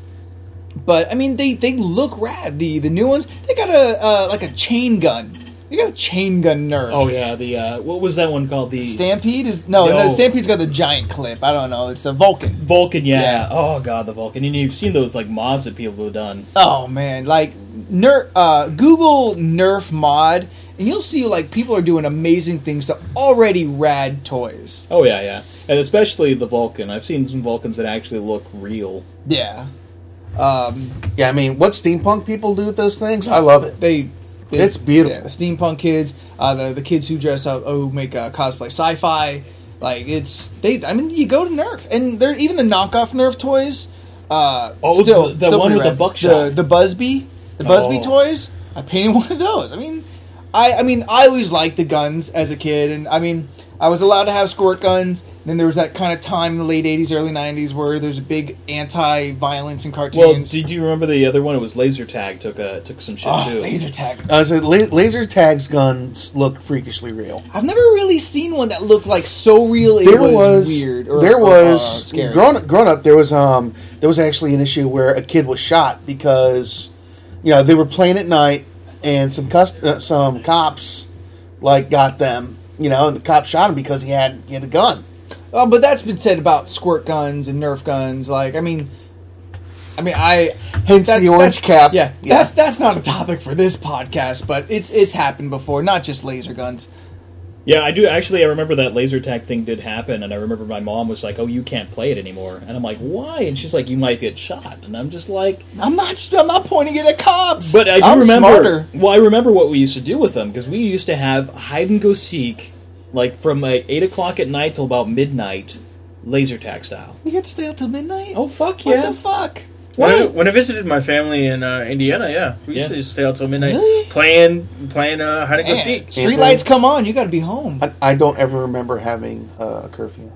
A: but I mean, they they look rad. The the new ones they got a uh, like a chain gun. They got a chain gun Nerf.
C: Oh yeah, the uh, what was that one called? The
A: Stampede is no,
C: No.
A: no. Stampede's got the giant clip. I don't know. It's a Vulcan.
C: Vulcan. Yeah.
A: Yeah.
C: Oh God, the Vulcan. And you've seen those like mods that people have done.
A: Oh man, like Nerf. Uh, Google Nerf mod, and you'll see like people are doing amazing things to already rad toys.
C: Oh yeah, yeah. And especially the Vulcan. I've seen some Vulcans that actually look real.
A: Yeah, um,
B: Yeah, I mean, what steampunk people do with those things, I love it.
A: they. they-
B: It's beautiful.
A: yeah, the steampunk kids, uh, the the kids who dress up, who make uh, cosplay sci-fi, like it's they. I mean, you go to Nerf, and they're even the knockoff Nerf toys. Uh,
C: Oh,
A: still,
C: the- the
A: still
C: one
A: pretty
C: with the
A: rad.
C: buckshot.
A: the, the Busby, the Busby
C: Oh.
A: toys. I painted one of those. I mean, I I mean, I always liked the guns as a kid, and I mean, I was allowed to have squirt guns. And then there was that kind of time in the late '80s, early '90s, where there's a big anti-violence in
C: Well,
A: cartoons.
C: did you remember the other one? It was Laser Tag took uh, took some shit
A: Oh,
C: too.
A: laser tag.
B: Uh, so la- laser tags guns look freakishly real.
A: I've never really seen one that looked like so real. It
B: There
A: was,
B: was,
A: weird. Or,
B: there
A: or,
B: was
A: uh, scary.
B: grown grown up. There was um there was actually an issue where a kid was shot because you know they were playing at night and some cust- uh, some cops like got them you know and the cop shot him because he had he had a gun.
A: Uh, but that's been said about squirt guns and Nerf guns. Like, I mean, I mean, I
B: Hence the
A: that's-
B: orange cap.
A: Yeah,
B: Yeah.
A: that's that's not a topic for this podcast, but it's it's happened before. Not just laser guns.
C: Yeah, I do actually. I remember that laser tag thing did happen, and I remember my mom was like, "Oh, you can't play it anymore," and I'm like, "Why?" And she's like, "You might get shot," and I'm just like,
A: I'm not I'm not pointing it at cops.
C: "But I do
A: I'm
C: remember."
A: Smarter.
C: Well, I remember what we used to do with them because we used to have hide and go seek, like from like eight o'clock at night till about midnight, laser tag style.
A: You got to stay out till midnight.
C: Oh fuck
A: what
C: yeah!
A: the fuck?
D: When I,
C: What?
D: when I visited my family in uh, Indiana, yeah, we used
C: Yeah.
D: to just stay out till midnight
A: Really?
D: playing playing uh, hide and go
A: Man,
D: seek.
A: street lights come on. You got to be home.
B: I, I don't ever remember having uh, a curfew.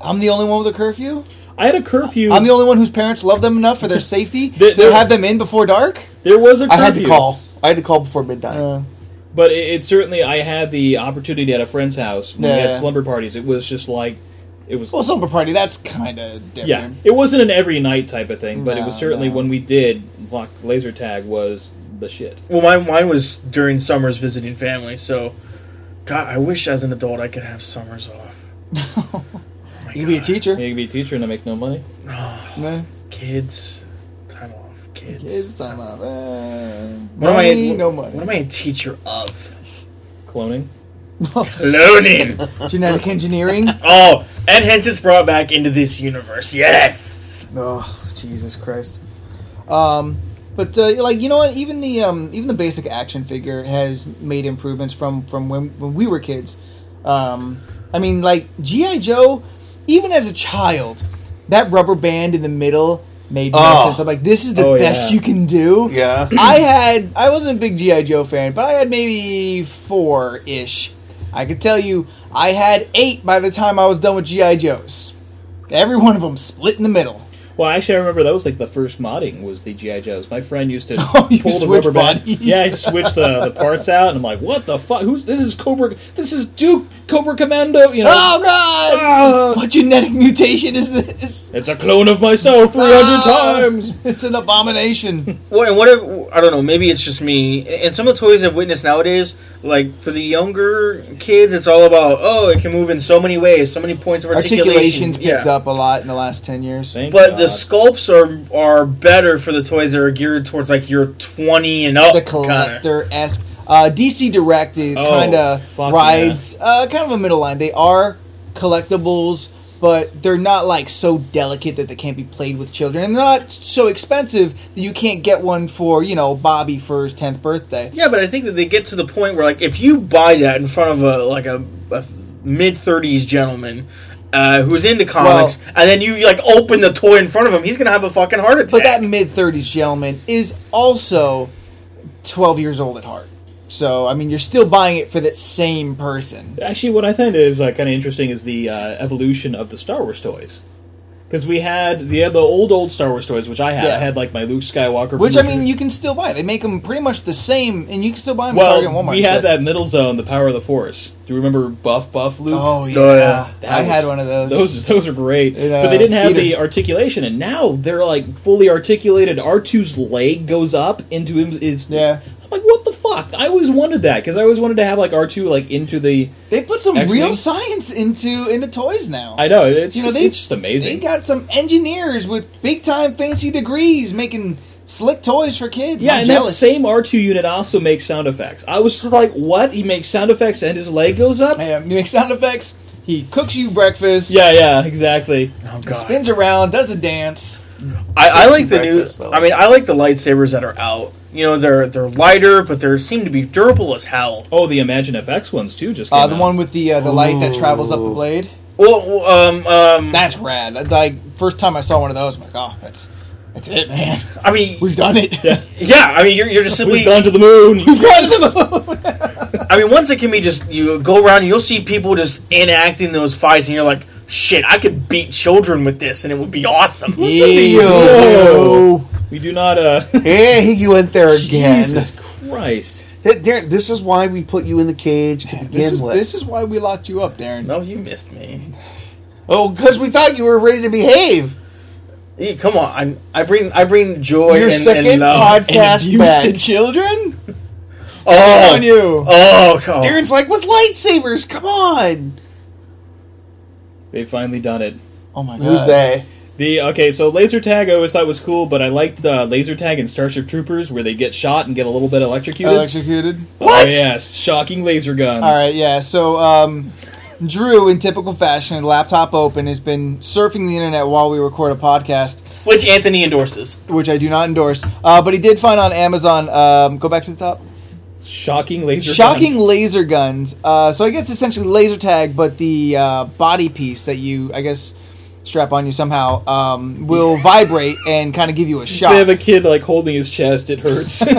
A: I'm the only one with a curfew.
C: I had a curfew.
A: I'm the only one whose parents love them enough for their safety
C: There-
A: to
C: there-
A: have them in before dark.
C: there was a curfew.
B: I had to call. I had to call before midnight.
A: Uh,
C: But it, it certainly, I had the opportunity at a friend's house when we
A: Yeah.
C: had slumber parties. It was just like, it was
A: well, slumber party. That's kind of different.
C: Yeah, it wasn't an every night type of thing, but it was
A: No,
C: certainly
A: no.
C: when we did. Fuck, laser tag was the shit.
D: Well, mine mine was during summers visiting family. So, God, I wish as an adult I could have summers off. My
A: You can be a
D: God.
A: teacher.
C: You can be a teacher and I make no money.
A: Yeah.
D: Kids, time off. Kids, kids.
A: Kids time out. Uh,
D: What am I-
A: money, no
D: What
A: money.
D: am I a teacher of?
C: Cloning.
D: Cloning.
A: Genetic engineering.
D: Oh, and hence it's brought back into this universe. Yes.
A: Oh Jesus Christ! Um, but uh, like you know what? Even the um, even the basic action figure has made improvements from from when when we were kids. Um, I mean, like GI Joe, even as a child, that rubber band in the middle made no
B: Oh.
A: sense. I'm like, this is the
C: Oh,
A: best
C: yeah.
A: you can do.
B: Yeah.
A: I had I wasn't a big GI Joe fan, but I had maybe four ish. I could tell you, I had eight by the time I was done with GI Joes. Every one of them split in the middle.
C: Well, actually, I remember that was like the first modding was the GI Joes. My friend used to
A: Oh, you
C: pull the
A: switch
C: rubber band.
A: bodies.
C: Yeah, I switched the, the parts out, and I'm like, what the fuck? Who's this? Is Cobra? This is Duke Cobra Commando? You know?
A: Oh god!
C: Ah!
A: What genetic mutation is this?
C: It's a clone of myself 300
A: Ah!
C: times.
A: It's an abomination.
D: Well, and what if I don't know? Maybe it's just me. And some of the toys I've witnessed nowadays, like for the younger kids, it's all about oh, it can move in so many ways, so many points of articulation.
A: Articulation's picked up a lot in the last ten years.
C: Thank
D: But the
C: God.
D: sculpts are are better for the toys that are geared towards like your twenty and up.
A: The
D: kinda.
A: collector esque. Uh, DC Direct
C: Oh,
A: kind of
C: fuck
A: rides uh, kind of a middle line. They are collectibles, but they're not like so delicate that they can't be played with children, and they're not so expensive that you can't get one for you know Bobby for his tenth birthday.
D: Yeah, but I think that they get to the point where like if you buy that in front of a like a, a mid thirties gentleman. Uh, who's into comics, and then you like open the toy in front of him, he's gonna have a fucking heart attack.
A: But that mid thirties gentleman is also twelve years old at heart. So I mean, you're still buying it for that same person.
C: Actually, what I find is uh, kind of interesting is the uh, evolution of the Star Wars toys. Because we had the the old old Star Wars toys, which I had.
A: Yeah.
C: I had like my Luke Skywalker.
A: Which I
C: from-
A: mean, you can still buy. They make them pretty much the same, and you can still buy them at Target and
C: well,
A: Walmart.
C: we
A: and shit.
C: had that middle zone, the Power of the Force. Do you remember Buff Buff Luke?
A: Oh yeah,
D: yeah.
C: That
A: I had
C: was-
A: one of those.
C: Those those are great,
A: It,
C: but they
A: uh,
C: didn't have
A: Speeder.
C: the articulation, and now they're like fully articulated. R 2s leg goes up into him. Is
A: Yeah.
C: I'm like, what the fuck? I always wanted that because I always wanted to have like R two like into the.
A: They put some
C: X-Wing?
A: real science into into toys now.
C: I know it's
A: You know,
C: just,
A: they-
C: it's just
A: they
C: amazing.
A: got some engineers with big time fancy degrees making slick toys for kids.
C: yeah,
A: I'm
C: and that
A: jealous.
C: same R two unit also makes sound effects. I was like, what? He makes sound effects and his leg goes up.
A: Yeah, he makes uh, sound effects. He cooks you breakfast.
C: Yeah, yeah, exactly.
D: oh,
A: he spins around, does a dance.
D: I, I like the new.
B: breakfast, though.
D: I mean, I like the lightsabers that are out. You know, they're they're lighter, but they seem to be durable as hell.
C: Oh, the Imagine FX ones too. Just came
A: Uh, the
C: out.
A: one with the uh, the light that travels up the
B: Ooh.
A: blade.
D: Well, um, um,
A: That's rad. I'd Like first time I saw one of those, I'm like, oh, that's that's it, man.
D: I mean,
A: We've done it.
C: Yeah.
D: yeah, I mean, you're, you're just
C: We've
D: simply.
C: gone to the moon.
D: I mean, once it can be just you go around, and you'll see people just enacting those fights, and you're like, shit, I could beat children with this, and it would be awesome.
B: Listen to
A: Easy.
B: you.
C: Whoa. We do not. uh...
B: Yeah, he went there again.
C: Jesus Christ.
B: Hey, Darren, this is why we put you in the cage to begin
A: This is
B: with.
A: this is why we locked you up, Darren.
D: No, you missed me.
B: Oh, because we thought you were ready to behave.
D: Yeah, come on, I, I bring I bring joy
B: Your
D: and,
B: second
D: and love. and
B: podcast
A: Used
B: back.
A: to children?
D: oh,
A: On you.
D: oh, come on.
B: Darren's like, with lightsabers, come on.
C: They've finally done it.
A: Oh my god.
B: Who's they?
C: The okay, so laser tag I always thought was cool, but I liked uh, laser tag in Starship Troopers where they get shot and get a little bit electrocuted.
A: Electrocuted.
C: Oh, yes, shocking laser guns.
A: All right, yeah. So, um, Drew, in typical fashion, laptop open, has been surfing the internet while we record a podcast,
D: Which Anthony endorses.
A: which I do not endorse. Uh, but he did find on Amazon. Um, go back to the top.
C: shocking laser.
A: Shocking
C: guns.
A: laser guns. Uh, so I guess essentially laser tag, but the uh, body piece that you, I guess, strap on you somehow um, will vibrate and kind of give you a shock.
C: They have a kid like holding his chest. It hurts.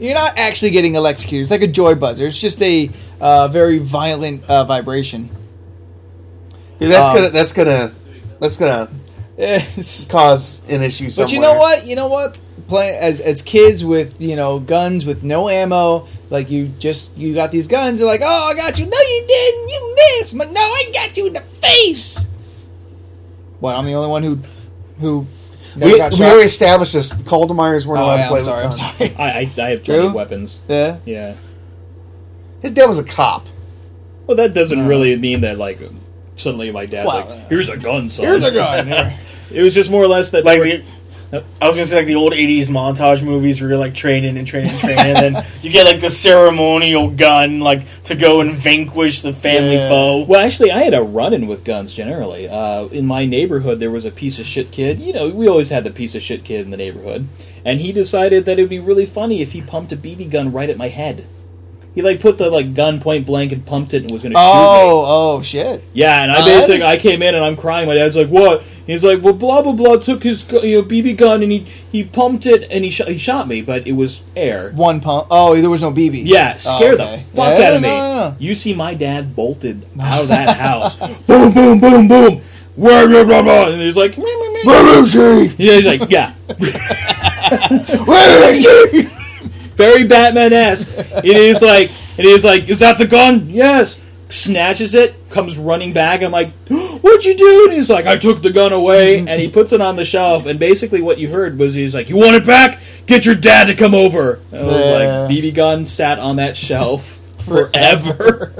A: You're not actually getting electrocuted. It's like a joy buzzer. It's just a uh, very violent uh, vibration.
B: Dude, that's
A: Um,
B: gonna that's gonna that's gonna
A: Yes.
B: cause an issue somewhere.
A: But you know what? You know what? Play as as kids with you know guns with no ammo. Like you just you got these guns. They're like, oh, I got you. No, you didn't. You missed. I'm like, no, I got you in the face. What? I'm the only one who who never
B: We,
A: got
B: we
A: shot.
B: already established this. The Caldemires weren't
A: oh,
B: allowed
A: yeah,
B: to play
A: I'm sorry. I'm
B: with guns.
A: sorry.
C: I, I I have plenty
A: Drew?
C: of weapons.
A: Yeah.
C: Yeah.
B: His dad was a cop.
C: Well, that doesn't
A: No.
C: really mean that like suddenly my dad's
A: Well,
C: like, "Here's a gun, son."
A: Here's a gun.
C: it was just more or less that they
D: Like
C: were-
D: the,
C: Yep.
D: I was gonna say like the old '80s montage movies where you're like training and training and training, and then you get like the ceremonial gun like to go and vanquish the family
B: Yeah.
D: foe.
C: Well, actually, I had a run-in with guns generally. Uh, in my neighborhood, there was a piece of shit kid. You know, we always had the piece of shit kid in the neighborhood, and he decided that it would be really funny if he pumped a BB gun right at my head. He like put the like gun point blank and pumped it and was going to shoot me.
A: Oh, oh shit.
C: Yeah, and I
A: Uh,
C: basically I came in and I'm crying. My dad's like, "What?" He's like, "Well, blah blah blah." Took his gu- you know BB gun and he he pumped it and he shot he shot me, but it was air.
A: One pump. Oh, there was no BB.
C: Yeah, scare
A: Oh, okay.
C: the fuck
A: Yeah,
C: out of me.
A: no, no, no.
C: You see my dad bolted out of that house. boom, boom, boom, boom. Wah, blah, blah, blah. And he's like, "Meh, meh, meh."
A: Where is he?
C: Yeah, he's like, yeah,
A: Where is he?
C: very Batman esque. It is like, it is like, is that the gun? Yes. Snatches it, comes running back. I'm like, what'd you do? And he's like, I took the gun away. And he puts it on the shelf. And basically, what you heard was he's like, you want it back? Get your dad to come over. And I was
A: Yeah.
C: like, BB gun sat on that shelf. Forever.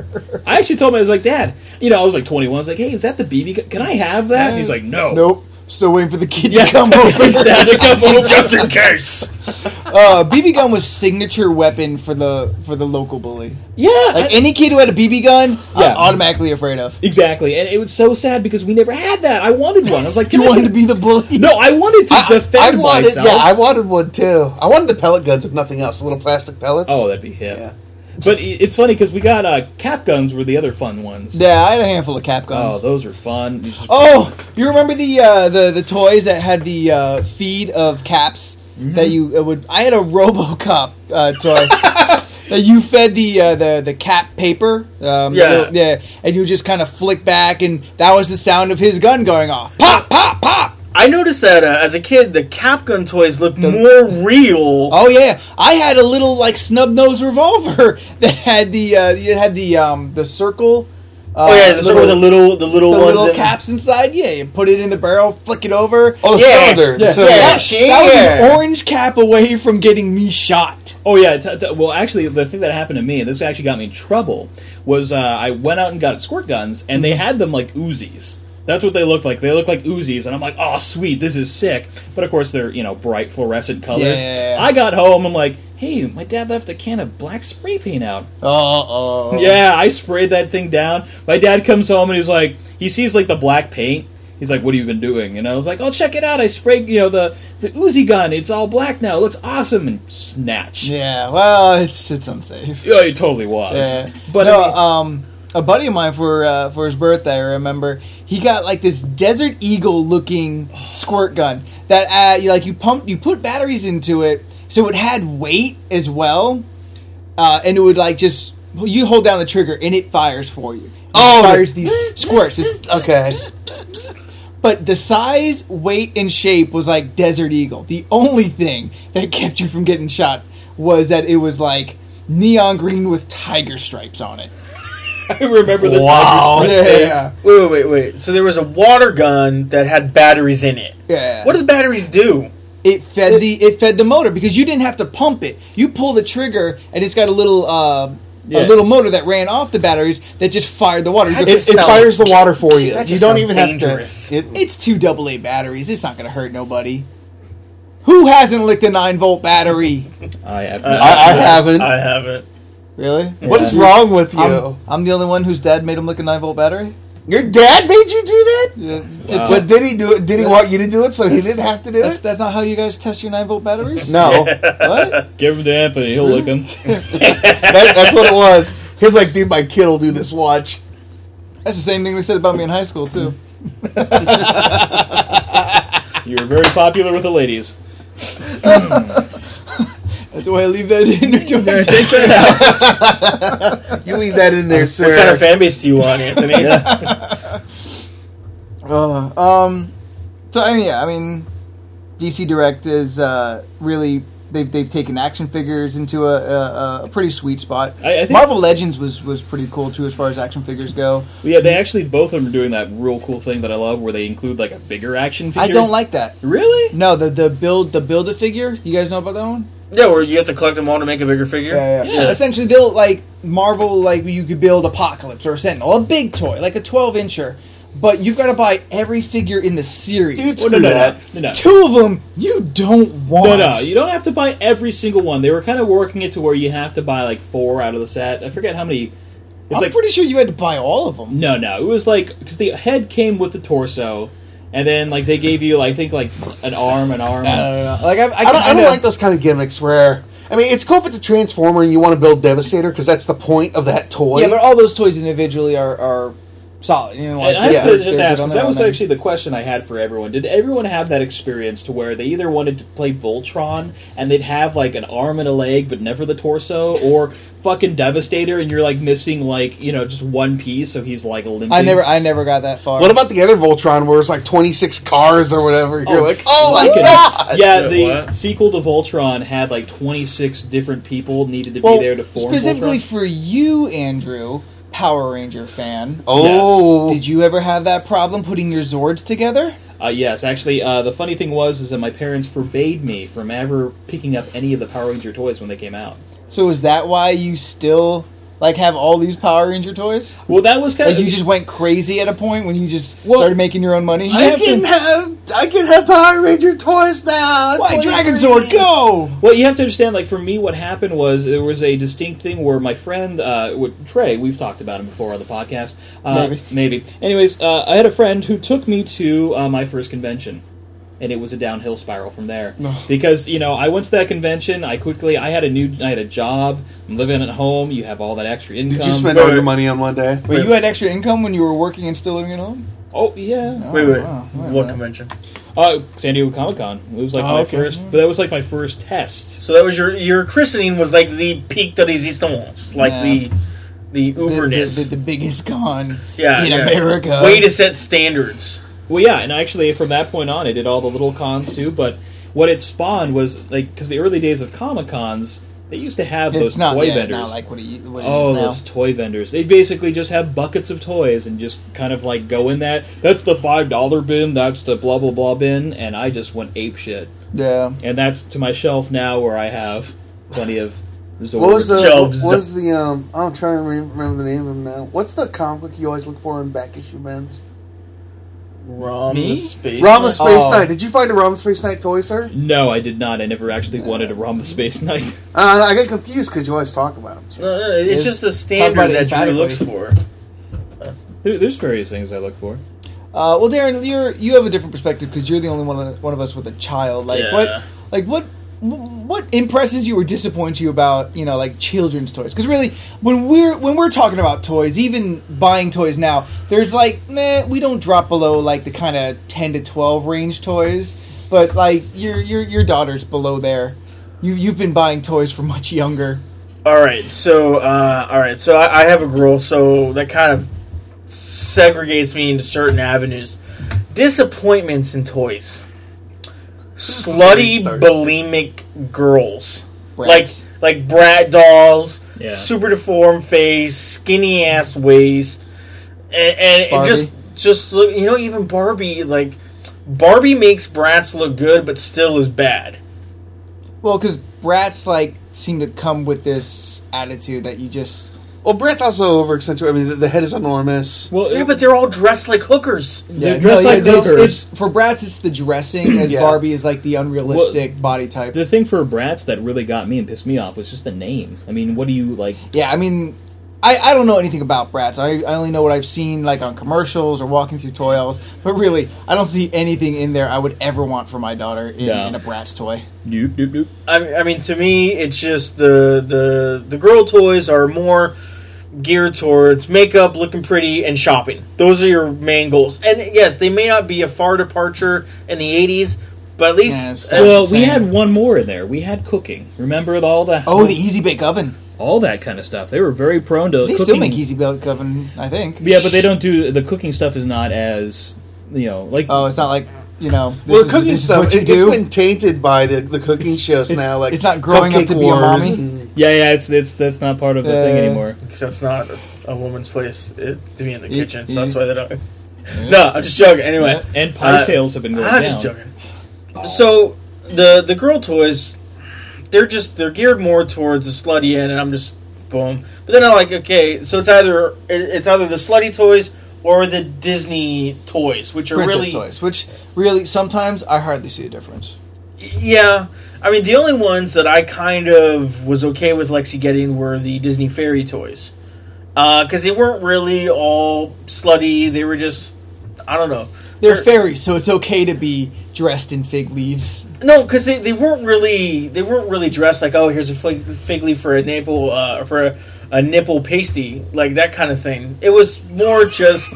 C: I actually told him I was like, Dad, you know, I was like 21. I was like, Hey, is that the BB? gun? Can I have that? And he's like, No,
A: Nope. Still waiting for the kid
C: Yes.
A: to come over.
C: His dad to come over.
D: Just in case.
A: Uh, BB gun was signature weapon for the for the local bully.
C: Yeah, I-
A: Like any kid who had a BB gun,
C: Yeah.
A: I'm automatically afraid of.
C: Exactly, and it was so sad because we never had that. I wanted one. I was like,
A: You
C: "Can I
A: wanted
C: get-"
A: to be the bully.
C: No, I wanted to defend
B: wanted,
C: myself.
B: Yeah, I wanted one too. I wanted the pellet guns, if nothing else, the little plastic pellets.
C: oh, that'd be hip.
B: Yeah.
C: But i- it's funny because we got uh, cap guns were the other fun ones.
A: Yeah, I had a handful of cap guns.
C: Oh, those are fun. You just-
A: Oh, you remember the uh, the the toys that had the uh, feed of caps that you it would? I had a RoboCop uh, toy that you fed the uh, the the cap paper. Um,
D: Yeah.
A: the- yeah, and you just kind of flick back, and that was the sound of his gun going off. Pop, pop, pop.
D: I noticed that uh, as a kid, the cap gun toys looked more real.
A: Oh yeah, I had a little like snub nose revolver that had the uh, it had the um, the circle. Uh,
D: Oh yeah, the circle with the little, the little
A: the
D: ones.
A: little
D: and-
A: caps inside. Yeah, you put it in the barrel, flick it over.
B: Oh, the
D: Yeah.
B: cylinder. the
A: Yeah.
B: cylinder.
D: Yeah, she.
A: That was
D: yeah.
A: an orange cap away from getting me shot.
C: Oh yeah. T- t- well, actually, the thing that happened to me, and this actually got me in trouble, was uh, I went out and got squirt guns, and
A: Mm-hmm.
C: they had them like Uzis. That's what they look like. They look like Uzis, and I'm like, oh sweet, this is sick. But of course, they're you know bright fluorescent colors.
A: Yeah, yeah, yeah.
C: I got home, I'm like, hey, my dad left a can of black spray paint out.
A: Uh oh.
C: Yeah, I sprayed that thing down. My dad comes home and he's like, he sees like the black paint. He's like, "What have you been doing?" And I was like, "Oh, check it out! I sprayed, you know, the the Uzi gun. It's all black now. It looks awesome." And snatch.
A: Yeah. Well, it's it's unsafe.
C: Yeah, it totally was.
A: Yeah.
C: But
A: But no,
C: I mean-
A: um, a buddy of mine for uh, for his birthday, I remember he got like this Desert Eagle looking squirt gun that uh, you, like you pump you put batteries into it, so it had weight as well, uh, and it would like just you hold down the trigger and it fires for you. It
B: Oh,
A: fires
B: the-
A: these squirts. It's-
B: Okay.
A: But the size, weight, and shape was like Desert Eagle. The only thing that kept you from getting shot was that it was like neon green with tiger stripes on it.
C: I remember the
B: Wow.
C: Tiger's breath
A: Yeah.
D: Wait, wait, wait, wait. So there was a water gun that had batteries in it.
A: Yeah.
D: What do the batteries do?
A: it fed the it fed the motor because you didn't have to pump it. You pull the trigger and it's got a little uh,
C: Yeah.
A: a little motor that ran off the batteries that just fired the water. You go,
B: It, it
D: sounds-
B: fires the water for you.
D: That just
B: You don't
D: sounds
B: even
D: dangerous.
B: have to. It,
A: it's two AA batteries. It's not going to hurt nobody. Who hasn't licked a nine volt battery?
C: prints. I have.
B: I, I haven't.
D: I haven't.
A: Really?
B: What is wrong with you?
A: I'm, I'm the only one whose dad made him lick a nine volt battery.
B: Um, Your dad made you do that?
A: Yeah. Uh,
C: Wow.
B: But did he do it? Did he want you to do it so he didn't have to do
A: That's,
B: it?
A: that's not how you guys test your nine volt batteries.
B: No,
A: What?
C: Give him to Anthony. He'll lick him.
B: that, that's what it was. He was like, "Dude, my kid will do this. Watch."
A: That's the same thing they said about me in high school too.
C: you were very popular with the ladies.
A: That's why I leave that in. Or do I take that?
B: You leave that in there, sir.
D: What kind of fan base do you want, Anthony?
A: Uh, um, so I mean, yeah, I mean, DC Direct is uh, really they've they've taken action figures into a, a, a pretty sweet spot.
C: I- I think-
A: Marvel Legends was was pretty cool too as far as action figures go.
C: Yeah, they actually both of them are doing that real cool thing that I love, where they include like a bigger action figure.
A: I don't like that.
C: Really?
A: No, the the build the build a figure. You guys know about that one?
D: yeah, where you have to collect them all to make a bigger figure.
A: yeah. Essentially, they'll like Marvel, like you could build Apocalypse or Sentinel, a big toy, like a twelve incher, but you've got to buy every figure in the series.
B: Dude,
C: Well,
B: screw
C: Oh, no, no, no,
B: that.
C: no, no.
A: Two of them you don't want.
C: No, no, you don't have to buy every single one. They were kind of working it to where you have to buy like four out of the set. I forget how many. It's
A: I'm
C: like
A: pretty sure you had to buy all of them.
C: no, no. It was like because the head came with the torso, and then like they gave you, I think, like an arm, an arm.
A: No, no, no, no. Like I, I,
B: I don't, I
A: kinda-
B: don't like those kind of gimmicks where. I mean, it's cool if it's a Transformer and you want to build Devastator because that's the point of that toy.
A: Yeah, but all those toys individually are, are solid. You know, like
C: And I
B: Yeah,
C: have
A: they're-
C: to just
A: they're
C: ask
A: good on
C: 'cause
A: their
C: that
A: own
C: was
A: end.
C: actually the question I had for everyone. Did everyone have that experience to where they either wanted to play Voltron and they'd have like an arm and a leg but never the torso, or fucking Devastator and you're like missing like you know just one piece, so he's like limping.
A: I never, I never got that far.
B: what about the other Voltron where it's like 26 cars or whatever? You're like, oh my
C: fucking-
B: god!
C: Yeah,
D: Wait,
C: the
D: what?
C: sequel to Voltron had like 26 different people needed to
A: Well,
C: be there to form
A: specifically
C: Voltron.
A: for you, Andrew, Power Ranger fan?
B: Oh.
A: Did you ever have that problem putting your Zords together?
C: Uh, yes, actually, uh, the funny thing was is that my parents forbade me from ever picking up any of the Power Ranger toys when they came out.
A: So is that why you still like have all these Power Ranger toys?
C: Well, that was kind
A: Like
C: of
A: you just went crazy at a point when you just
C: Well,
A: started making your own money.
C: I
B: I,
C: have
B: can
C: to-
B: have I can have Power Ranger toys now.
A: Why
B: Toy
A: Dragon
B: Green.
A: Zord, go!
C: Well, you have to understand, like, for me, what happened was there was a distinct thing where my friend, uh, with Trey, we've talked about him before on the podcast. Uh,
A: Maybe.
C: Maybe. Anyways, uh, I had a friend who took me to uh, my first convention. And it was a downhill spiral from there because you know I went to that convention. I quickly I had a new I had a job. I'm living at home. You have all that extra income.
B: Did you spend all your money on one day?
A: But you had extra income when you were working and still living at home.
C: oh yeah,
D: Wait, wait.
A: wow, Oh, wait a
D: what
A: minute.
D: convention?
C: uh, San Diego Comic Con. It was like
A: Oh,
C: my
A: okay.
C: first, but that was like my first test.
D: So that was your your christening was like the peak de resistance, like
A: Yeah.
D: the the
A: The,
D: uberness.
A: the- the- the biggest con
D: yeah,
A: in
D: yeah.
A: America.
D: Way to set standards.
C: Well, yeah, and actually, from that point on, I did all the little cons too. But what it spawned was like because the early days of Comic Cons, they used to have
A: it's
C: those
A: not,
C: toy
A: yeah,
C: vendors.
A: not like what it, what it is
C: oh,
A: now.
C: those toy vendors! They basically just have buckets of toys and just kind of like go in that. That's the five dollar bin. That's the blah blah blah bin. And I just went ape shit.
A: Yeah.
C: And that's to my shelf now, where I have plenty of. Zords.
B: What was the
D: Shelves.
B: what was the um? I'm trying to remem- remember the name of him now. What's the comic book you always look for in back issue bins?
D: Rom
A: Me?
D: space.
B: Rom the Space
A: Oh.
B: Knight. Did you find a Rom the Space Knight toy, sir?
C: No, I did not. I never actually wanted a ROM the Space Knight.
B: Uh, I got confused because you always talk about him. So.
D: No, no,
A: Is-
D: it's just the
A: about
D: standard
A: it
D: that Drew
A: emphatically.
D: looks for.
C: There- There's various things I look for.
A: Uh, well, Darren, you're you have a different perspective because you're the only one of, one of us with a child. Like
D: Yeah.
A: what? Like what? What impresses you or disappoints you about you know like children's toys? Because really, when we're when we're talking about toys, even buying toys now, there's like man, we don't drop below like the kind of ten to twelve range toys. But like your your your daughter's below there. You you've been buying toys for much younger.
D: All right, so uh, all right, so I, I have a girl, so that kind of segregates me into certain avenues. Disappointments in toys. Slutty
B: Starts.
D: bulimic girls,
A: Brats.
D: like like brat dolls,
C: Yeah.
D: super deformed face, skinny ass waist, and, and, and
A: Barbie.
D: just just look, you know even Barbie like Barbie makes brats look good, but still is bad.
A: well, because brats like seem to come with this attitude that you just
B: Well, Brett's also over accentuated. I mean, the, the head is enormous.
C: Well,
D: Yeah,
C: it-
D: but they're all dressed like hookers.
C: They're dressed like
A: it's-
C: hookers.
A: it's- for brats, it's the dressing, as
B: Yeah.
A: Barbie is like the unrealistic body type.
C: The thing for Bratz that really got me and pissed me off was just the name. I mean, what do you like?
A: yeah, I mean, I, I don't know anything about brats. I, I only know what I've seen like on commercials or walking through toy aisles. But really, I don't see anything in there I would ever want for my daughter in,
C: No.
A: in a brats toy.
C: Nope, nope, nope.
D: I, I mean, to me, it's just the the the girl toys are more geared towards makeup, looking pretty, and shopping. Those are your main goals. And yes, they may not be a far departure in the '80s, but at least
A: Yeah, it's-
D: uh,
C: Well,
A: the
C: we
A: same.
C: had one more in there. We had cooking. Remember all that?
A: Oh, the Easy Bake Oven.
C: all that kind of stuff. They were very prone to
A: They
C: cooking.
A: still make Easy Bake Oven, I think.
C: Yeah, but they don't do the cooking stuff. Is not as you know like.
A: Oh, it's not like you know. This
B: well,
A: is-
B: the cooking
A: this is
B: stuff,
A: what you
B: it, has
A: do.
B: been tainted by the, the cooking shows now. Like
A: it's not growing up to
B: Cupcake
A: be a
B: Wars
A: mommy.
B: and-
C: yeah, yeah. It's it's that's not part of the thing
A: Uh,
C: anymore.
D: 'cause that's not a, a woman's place it, to be in the
A: Yeah,
D: kitchen. So
A: yeah.
D: that's why they don't. No, I'm just joking. Anyway,
A: Yeah.
C: And pie
D: Uh,
C: sales have been going down.
D: I'm just joking. So the the girl toys, they're just they're geared more towards the slutty end, and I'm just boom. But then I'm like, okay, so it's either it- it's either the slutty toys or the Disney toys, which are
A: Princess
D: really
A: toys, which really sometimes I hardly see a difference.
D: Yeah, I mean the only ones that I kind of was okay with Lexi getting were the Disney fairy toys, because they weren't really all slutty. They were just, I don't know.
A: They're
D: They're-
A: fairies, so it's okay to be dressed in fig leaves.
D: No, because they, they weren't really they weren't really dressed like oh here's a fig, fig leaf for a nipple uh, for a, a nipple pasty like that kind of thing. It was more just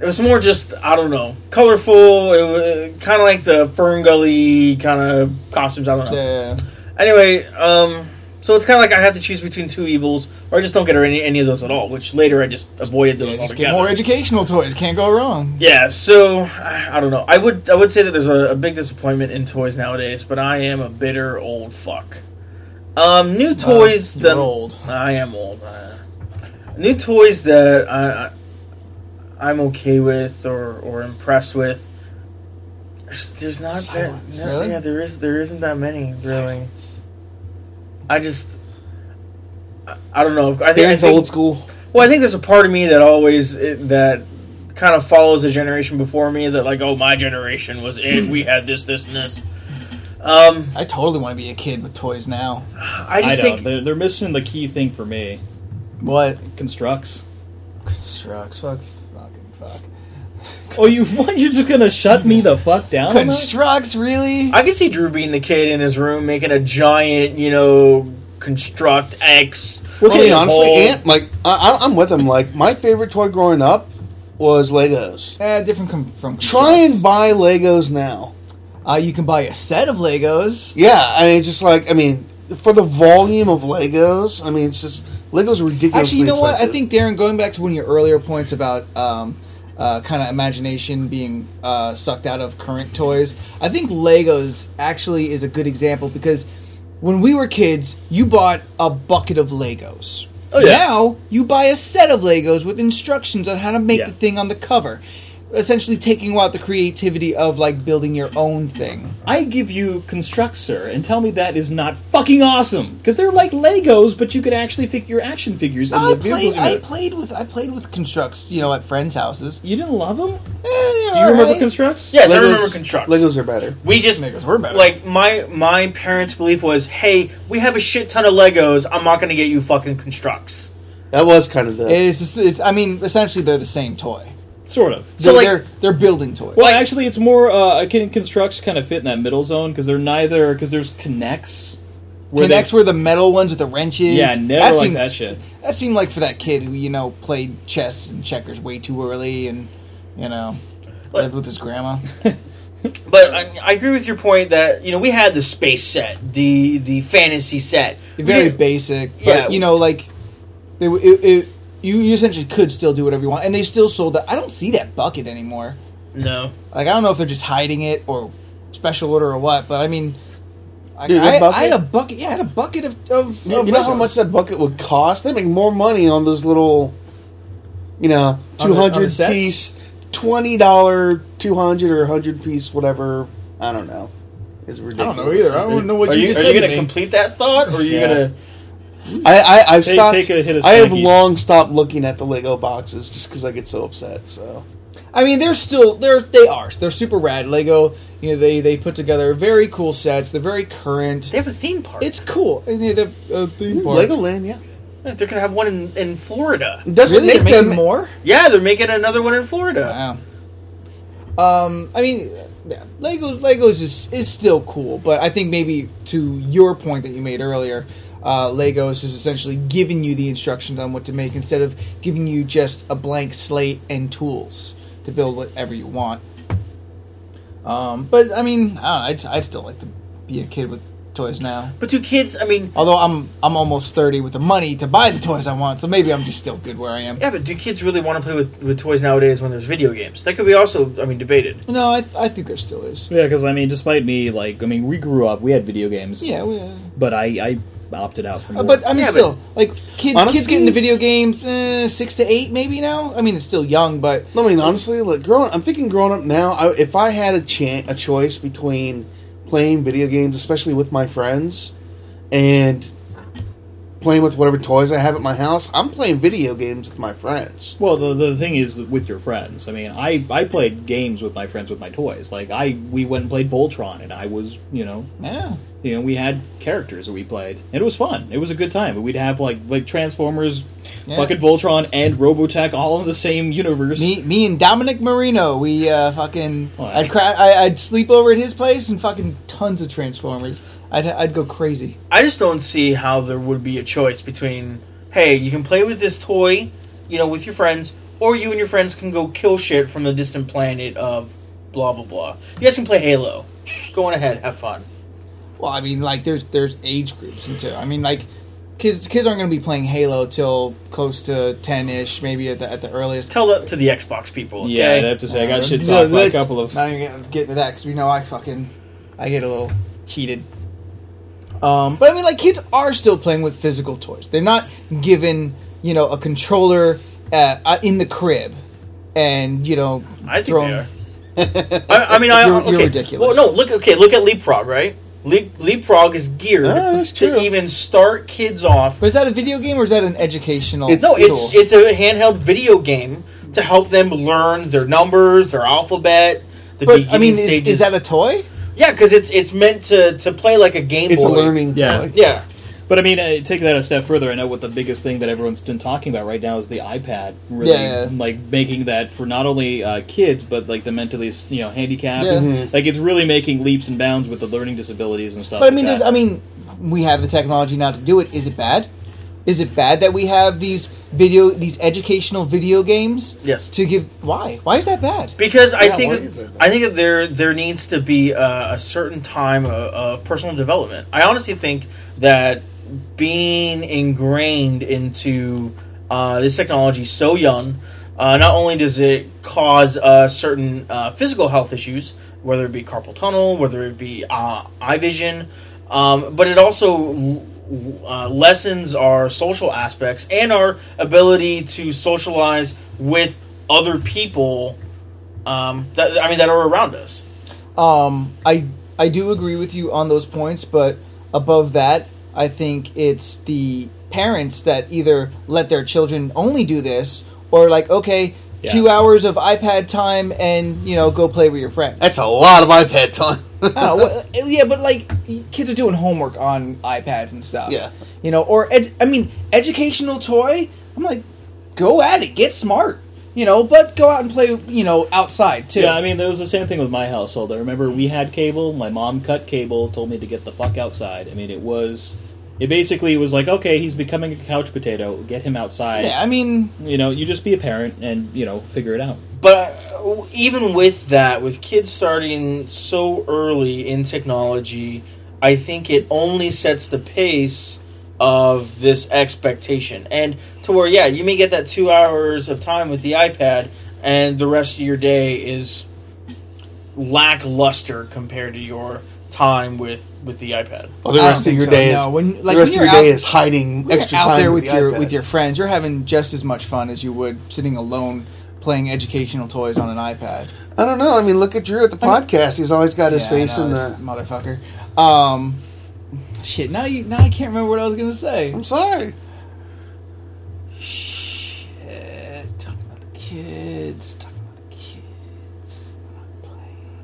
D: it was more just I don't know colorful. It was kind of like the fern gully kind of costumes. I don't know.
A: Yeah.
D: Anyway, um, so it's kind of like I have to choose between two evils, or I just don't get her any any of those at all. Which later I just avoided those
A: Just get
D: altogether.
A: more educational toys. Can't go wrong.
D: Yeah, so I I don't know. I would I would say that there's a, a big disappointment in toys nowadays, but I am a bitter old fuck. Um, new toys
A: you're
D: that
A: old.
D: I am old. uh, new toys that I, I I'm okay with or or impressed with. There's, there's not
E: Silence.
D: that no,
A: Really?
D: yeah there is there isn't that many really.
E: Silence.
D: I just I, I don't know. I think I
A: Parents
D: think,
A: old school.
D: well, I think there's a part of me that always it, that kind of follows the generation before me that like, oh, my generation was it. We had this, this, and this. Um,
A: I totally want to be a kid with toys now.
D: I
C: I
D: just
C: don't.
D: think
C: They're, they're missing the key thing for me.
A: What?
C: Constructs.
A: Constructs. Fuck. Fucking fuck.
C: Oh, you what? You're just gonna shut me the fuck down? on that?
A: Constructs, really?
D: I could see Drew being the kid in his room making a giant, you know, construct X.
B: I mean, honestly,
D: hole.
B: Ant, like, I, I- I'm with him. Like, my favorite toy growing up was Legos.
A: Eh, different com- from
B: Try and
A: constructs.
B: buy Legos now.
A: Uh, you can buy a set of Legos.
B: Yeah, I mean, it's just like, I mean, for the volume of Legos, I mean, it's just, Legos are ridiculously
A: Actually, you know what? I
B: expensive.
A: think Darren, going back to one of your earlier points about um, uh, kind of imagination being uh, sucked out of current toys, I think Legos actually is a good example because when we were kids, you bought a bucket of Legos.
C: Oh, yeah.
A: Now you buy a set of Legos with instructions on how to make
C: Yeah.
A: the thing on the cover, essentially taking out the creativity of like building your own thing.
C: I give you constructs, sir, and tell me that is not fucking awesome because they're like Legos, but you could actually figure your action figures and
A: I
C: the vehicles.
A: played.
C: in
A: I
C: it.
A: played with. I played with constructs. You know, at friends' houses.
C: You didn't love them?
A: Eh, they're
C: Do you remember
A: alright.
C: constructs?
D: Yes, I remember constructs.
B: Legos are better.
D: We just
A: Legos were better.
D: like my my parents' belief was, hey, we have a shit ton of Legos. I'm not going to get you fucking constructs.
B: That was kind of the.
A: It's, it's. I mean, essentially, they're the same toy.
C: Sort of.
A: So
D: So, like-
A: they're they're building toys.
C: Well, actually, it's more. Uh, can constructs kind of fit in that middle zone because they're neither because there's connects.
A: Connects were the metal ones with the wrenches.
C: Yeah, never liked that shit.
A: That seemed like for that kid who you know played chess and checkers way too early, and you know
D: Like-
A: lived with his grandma.
D: But I, I agree with your point that you know we had the space set, the the fantasy set,
A: Very
D: We-
A: basic. But,
D: Yeah.
A: you know, like they, w- it, it, you you essentially could still do whatever you want, and they still sold that. I don't see that bucket anymore.
D: No.
A: Like I don't know if they're just hiding it or special order or what, but I mean, I,
B: Dude, that
A: I- I
B: bucket-
A: had a bucket. Yeah, I had a bucket of. of
B: You,
A: of
B: you know how
A: Legos.
B: much that bucket would cost? They make more money on those little, you know,
A: On the- on
B: two
A: the
B: hundred
A: sets?
B: piece, twenty dollar, two hundred or hundred piece, whatever. I don't know. It's ridiculous.
A: don't know what
D: Are you,
A: just
D: are
A: said
D: you
A: to
D: going to
A: me.
D: complete that thought, or are you
C: Yeah.
D: going to?
B: I, I I've
C: Take-
B: stopped.
C: take a hit of
B: I have
C: Spanky.
B: long stopped looking at the Lego boxes just because I get so upset. So
A: I mean, they're still they're they are they're super rad. Lego, you know, they they put together very cool sets. They're very current.
D: They have a theme park.
A: It's cool. And they have a theme park.
B: Legoland, yeah,
D: they're going to have one in, in Florida.
B: doesn't
A: Really? They're
B: make
A: making
B: them.
A: more.
D: Yeah, they're making another one in Florida.
A: Wow. Um, I mean, yeah, Legos Legos is is still cool, but I think maybe to your point that you made earlier, uh, Legos is essentially giving you the instructions on what to make instead of giving you just a blank slate and tools to build whatever you want. Um, but I mean, I don't know, I'd, I'd still like to be a kid with toys now.
D: But do kids? I mean,
A: Although I'm I'm almost thirty with the money to buy the toys I want, so maybe I'm just still good where I am.
D: yeah, but do kids really want to play with, with toys nowadays when there's video games? That could be also, I mean, debated.
A: No, I I think there still is.
C: Yeah, because I mean, despite me, like I mean, we grew up, we had video games,
A: Yeah, we.
C: but I I opted out from.
A: Uh, But I mean,
D: Yeah, but-
A: still, like kid,
B: Honestly-
A: kids get into video games eh, six to eight, maybe now. I mean, it's still young, but
B: I mean, honestly, like growing, I'm thinking growing up now. I, if I had a chan a choice between playing video games, especially with my friends, and playing with whatever toys I have at my house. I'm playing video games with my friends.
C: Well, the, the thing is with your friends. I mean, I, I played games with my friends with my toys. Like I we went and played Voltron, and I was you know
A: Yeah.
C: you know we had characters that we played, and it was fun. It was a good time. But we'd have like like Transformers,
A: Yeah.
C: fucking Voltron, and Robotech all in the same universe.
A: Me, me and Dominic Marino, we uh, fucking.
C: Well,
A: I'd, cra- I, I'd sleep over at his place and fucking tons of Transformers. I'd, I'd go crazy.
D: I just don't see how there would be a choice between, hey, you can play with this toy, you know, with your friends, or you and your friends can go kill shit from the distant planet of blah blah blah. You guys can play Halo. Go on ahead, have fun.
A: Well, I mean, like there's there's age groups into. I mean, like kids kids aren't going to be playing Halo till close to ten ish, maybe at the at the earliest.
D: Tell that to the Xbox people. Okay?
C: Yeah, I'd have to say I got shit
A: Uh, Yeah,
C: talked by a
A: let's
C: couple of.
A: Not even gonna get into that because we know I fucking I get a little heated. Um, but I mean, like kids are still playing with physical toys. They're not given you know a controller uh, uh, in the crib and you know
D: I think
A: thrown-
D: they are. I, I mean, I
A: You're-
D: okay.
A: you're ridiculous.
D: Well, no, look. Okay, look at Leapfrog. Right, Leap, Leapfrog is geared
B: Ah, that's true.
D: to even start kids off.
A: But is that a video game or is that an educational?
B: It's-
D: No,
A: tool?
D: it's it's a handheld video game to help them learn their numbers, their alphabet. The
A: But
D: beginning
A: I mean, is,
D: stages.
A: is that a toy?
D: yeah? Because it's it's meant to to play like a Game
B: It's
D: Boy.
B: a learning
C: Yeah.
B: toy.
D: Yeah,
C: But I mean, uh, take that a step further. I know what the biggest thing that everyone's been talking about right now is the iPad, really
A: Yeah.
C: like making that for not only uh, kids but like the mentally you know handicapped.
A: Yeah.
C: Like it's really making leaps and bounds with the learning disabilities and stuff.
A: But I
C: like
A: mean,
C: that.
A: does, I mean, we have the technology now to do it. Is it bad? Is it bad that we have these video, these educational video games?
D: Yes.
A: To give why? Why is that bad?
D: because I
B: Yeah, why
D: think
B: is it?
D: I think that there there needs to be a, a certain time of, of personal development. I honestly think that being ingrained into uh, this technology so young, uh, not only does it cause uh, certain uh, physical health issues, whether it be carpal tunnel, whether it be uh, eye vision, um, but it also l- w- uh, lessens our social aspects and our ability to socialize with other people um, that, I mean, that are around us.
A: Um, I I do agree with you on those points, but above that, I think it's the parents that either let their children only do this or like okay,
C: Yeah.
A: two hours of iPad time and you know go play with your friends.
B: That's a lot of iPad time.
A: I don't know, well, uh, yeah, but like kids are doing homework on iPads and stuff.
B: Yeah.
A: you know, or ed- I mean, educational toy. I'm like, go at it, get smart, you know, but go out and play, you know, outside too.
C: Yeah, I mean, that was the same thing with my household. I remember we had cable. My mom cut cable, told me to get the fuck outside. I mean, it was, it basically was like, okay, he's becoming a couch potato. Get him outside.
A: yeah, I mean,
C: You know, you just be a parent and you know figure it out.
D: But uh, even with that, with kids starting so early in technology, I think it only sets the pace of this expectation. And to where, yeah, you may get that two hours of time with the iPad, and the rest of your day is lackluster compared to your time with with the iPad.
B: Well, the
A: I don't
B: rest of
A: think
B: your
A: so,
B: day
A: no.
B: is
A: When- like, when
B: the rest of
A: you're
B: your day
A: out-
B: is hiding
A: when
B: extra
A: you're out
B: time
A: there with
B: the
A: your
B: iPad.
A: with your friends. You're having just as much fun as you would sitting alone playing educational toys on an iPad.
B: I don't know. I mean, look at Drew at the podcast. He's always got his
A: Yeah, I
B: face
A: know,
B: in
A: this
B: the.
A: motherfucker. Um, shit. Now you. Now I can't remember what I was gonna say.
B: I'm sorry.
A: Shit. Talking about the kids. Talking about the kids. We're not playing.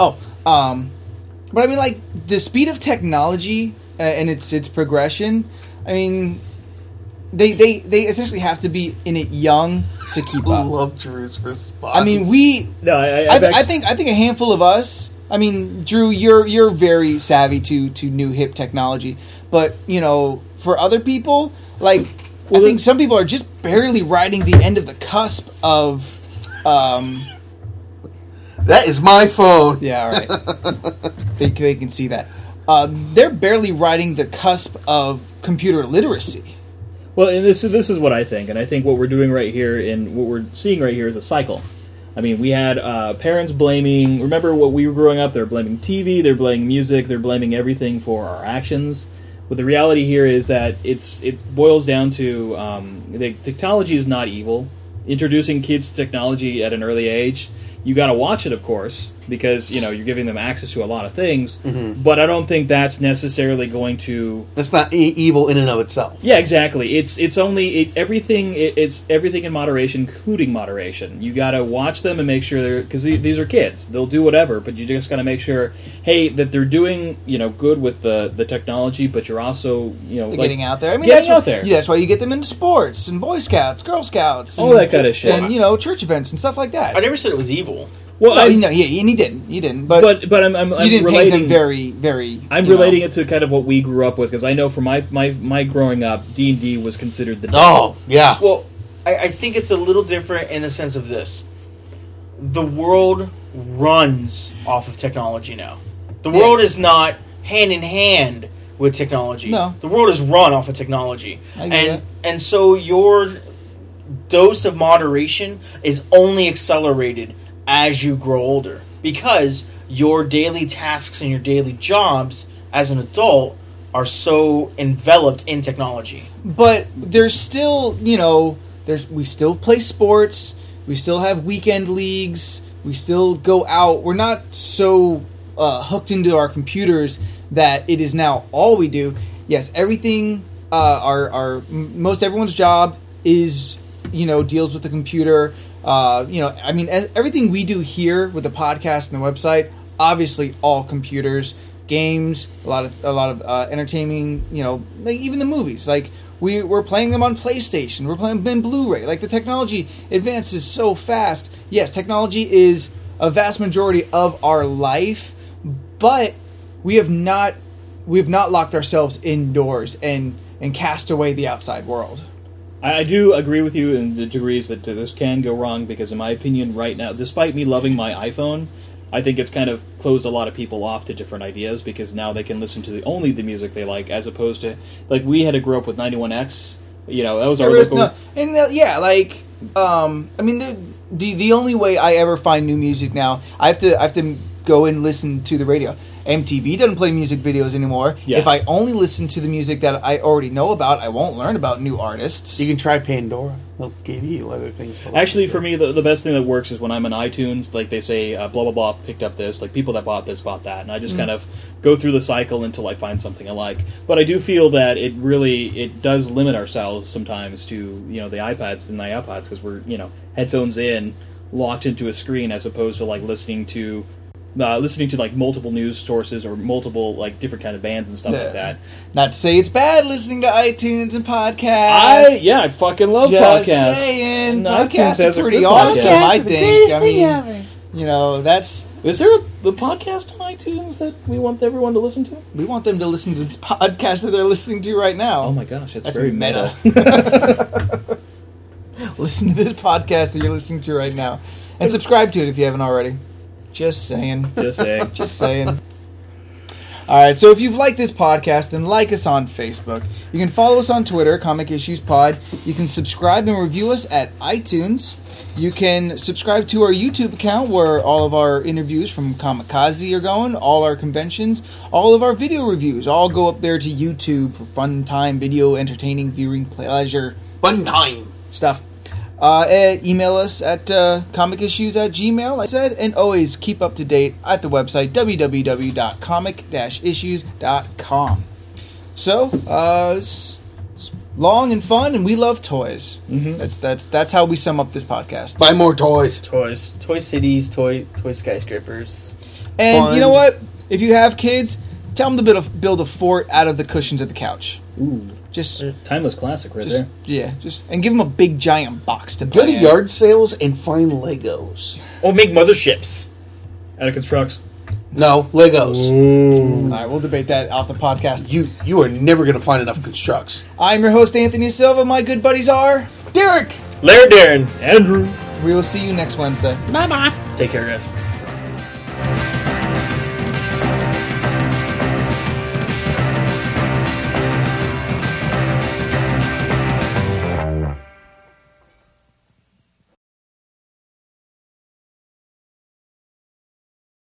A: Oh, um, but I mean, like the speed of technology uh, and its its progression. I mean, they they they essentially have to be in it young to keep
B: I
A: up.
B: love Drew's response.
A: I mean, we.
C: No, I,
A: I, th- I think I think a handful of us. I mean, Drew, you're you're very savvy to to new hip technology, but you know, for other people, like I think some people are just barely riding the end of the cusp of. Um,
B: that is my phone.
A: yeah, all right. they, they can see that. Uh, they're barely riding the cusp of computer literacy.
C: Well, and this this is what I think, and I think what we're doing right here and what we're seeing right here is a cycle. I mean, we had uh, parents blaming. Remember what we were growing up? They're blaming TV, they're blaming music, they're blaming everything for our actions. But the reality here is that it's it boils down to um, the technology is not evil. Introducing kids to technology at an early age, you got to watch it, of course. because you know you're giving them access to a lot of things. But I don't think that's necessarily going to.
B: That's not e- evil in and of itself.
C: Yeah, exactly. It's it's only it, everything. It, it's everything in moderation, including moderation. You got to watch them and make sure they're because these, these are kids. They'll do whatever, but you just got to make sure, hey, that they're doing you know good with the the technology, but you're also you
A: They're
C: know like-
A: getting out there. I mean,
C: getting
A: that's
C: out
A: why,
C: there.
A: Yeah, that's why you get them into sports and Boy Scouts, Girl Scouts,
C: All
A: and-
C: that kind of shit.
A: and you know church events and stuff like that.
D: I never said it was evil.
C: Well,
A: No,
C: I,
A: you know, yeah, and he didn't. He didn't. But,
C: but but I'm I'm, I'm
A: you didn't
C: relating.
A: paint them very, very.
C: I'm relating it to kind of what we grew up with because I know for my, my, my growing up, D and D was considered the
B: Oh yeah,
D: Well, I, I think it's a little different in the sense of this: the world runs off of technology now. The
A: Yeah.
D: world is not hand in hand with technology.
A: No.
D: the world is run off of technology,
A: I agree
D: and and so your dose of moderation is only accelerated as you grow older because your daily tasks and your daily jobs as an adult are so enveloped in technology.
A: But there's still, you know, there's we still play sports. We still have weekend leagues. We still go out. We're not so uh, hooked into our computers that it is now all we do. Yes, everything. Uh, our our m- most everyone's job is you know deals with the computer. Uh, you know, I mean, e- everything we do here with the podcast and the website, obviously, all computers, games, a lot of a lot of uh, entertaining. You know, like even the movies. Like we we're playing them on PlayStation. We're playing them in Blu-ray. Like the technology advances so fast. Yes, technology is a vast majority of our life, but we have not we have not locked ourselves indoors and and cast away the outside world.
C: I, I do agree with you in the degrees that this can go wrong because, in my opinion, right now, despite me loving my iPhone, I think it's kind of closed a lot of people off to different ideas because now they can listen to the, only the music they like, as opposed to like we had to grow up with 91X. You know, that was our
A: There is
C: local.
A: no- and uh, yeah, like um, I mean, the, the the only way I ever find new music now, I have to I have to go and listen to the radio. MTV doesn't play music videos anymore.
C: Yeah.
A: If I only listen to the music that I already know about, I won't learn about new artists.
B: you can try Pandora. They'll give you other things. To listen
C: Actually,
B: to.
C: for me, the, the best thing that works is when I'm on iTunes. Like they say, uh, blah blah blah picked up this. Like people that bought this bought that, and I
A: Mm.
C: just kind of go through the cycle until I find something I like. But I do feel that it really it does limit ourselves sometimes to you know the iPads and the iPods because we're you know headphones in, locked into a screen as opposed to like listening to. Uh, listening to like multiple news sources or multiple like different kind of bands and stuff
A: Yeah.
C: like that.
A: Uh, Not to say it's bad listening to iTunes and podcasts.
C: I yeah, I fucking love
A: Just
C: podcasts.
A: saying,
C: And iTunes
A: podcasts
C: has
A: are
C: a
A: pretty
C: good
A: awesome.
C: podcast.
A: I
E: the
A: think,
E: greatest
A: I
E: thing
A: mean-
E: ever.
A: You know, that's
C: Is there a, the podcast on iTunes that we want everyone to listen to?
A: we want them to listen to this podcast that they're listening to right now.
C: Oh my gosh, that's,
A: That's
C: very
A: meta.
C: meta.
A: listen to this podcast that you're listening to right now, and subscribe to it if you haven't already. Just saying.
C: Just saying.
A: Just saying. All right, so if you've liked this podcast, then like us on Facebook. You can follow us on Twitter, Comic Issues Pod. You can subscribe and review us at iTunes. You can subscribe to our YouTube account where all of our interviews from Kamikaze are going, all our conventions, all of our video reviews all go up there to YouTube for fun time, video, entertaining, viewing, pleasure
B: fun time.
A: stuff. Uh, eh, email us at uh, comicissues at gmail, I said, and always keep up to date at the website www.comic-issues.com. So, uh, it's, it's long and fun, and we love toys.
C: Mhm.
A: That's that's that's how we sum up this podcast.
B: Buy more toys.
D: toys, toy cities, toy toy skyscrapers.
A: and
B: Fun.
A: you know what? If you have kids, tell them to build a, build a fort out of the cushions of the couch.
C: Ooh,
A: Just,
C: timeless classic right
A: just
C: there.
A: yeah, just and give them a big giant box to
B: Go
A: build
B: to yard sales and find Legos.
D: Or make motherships.
C: Atticus trucks.
B: No Legos.
A: All right, we'll debate that off the podcast.
B: You you are never gonna find enough constructs.
A: I'm your host, Anthony Silva. My good buddies are.
B: Derek.
D: Lair Darren.
C: Andrew.
A: We will see you next Wednesday.
E: Bye bye.
D: Take care, guys.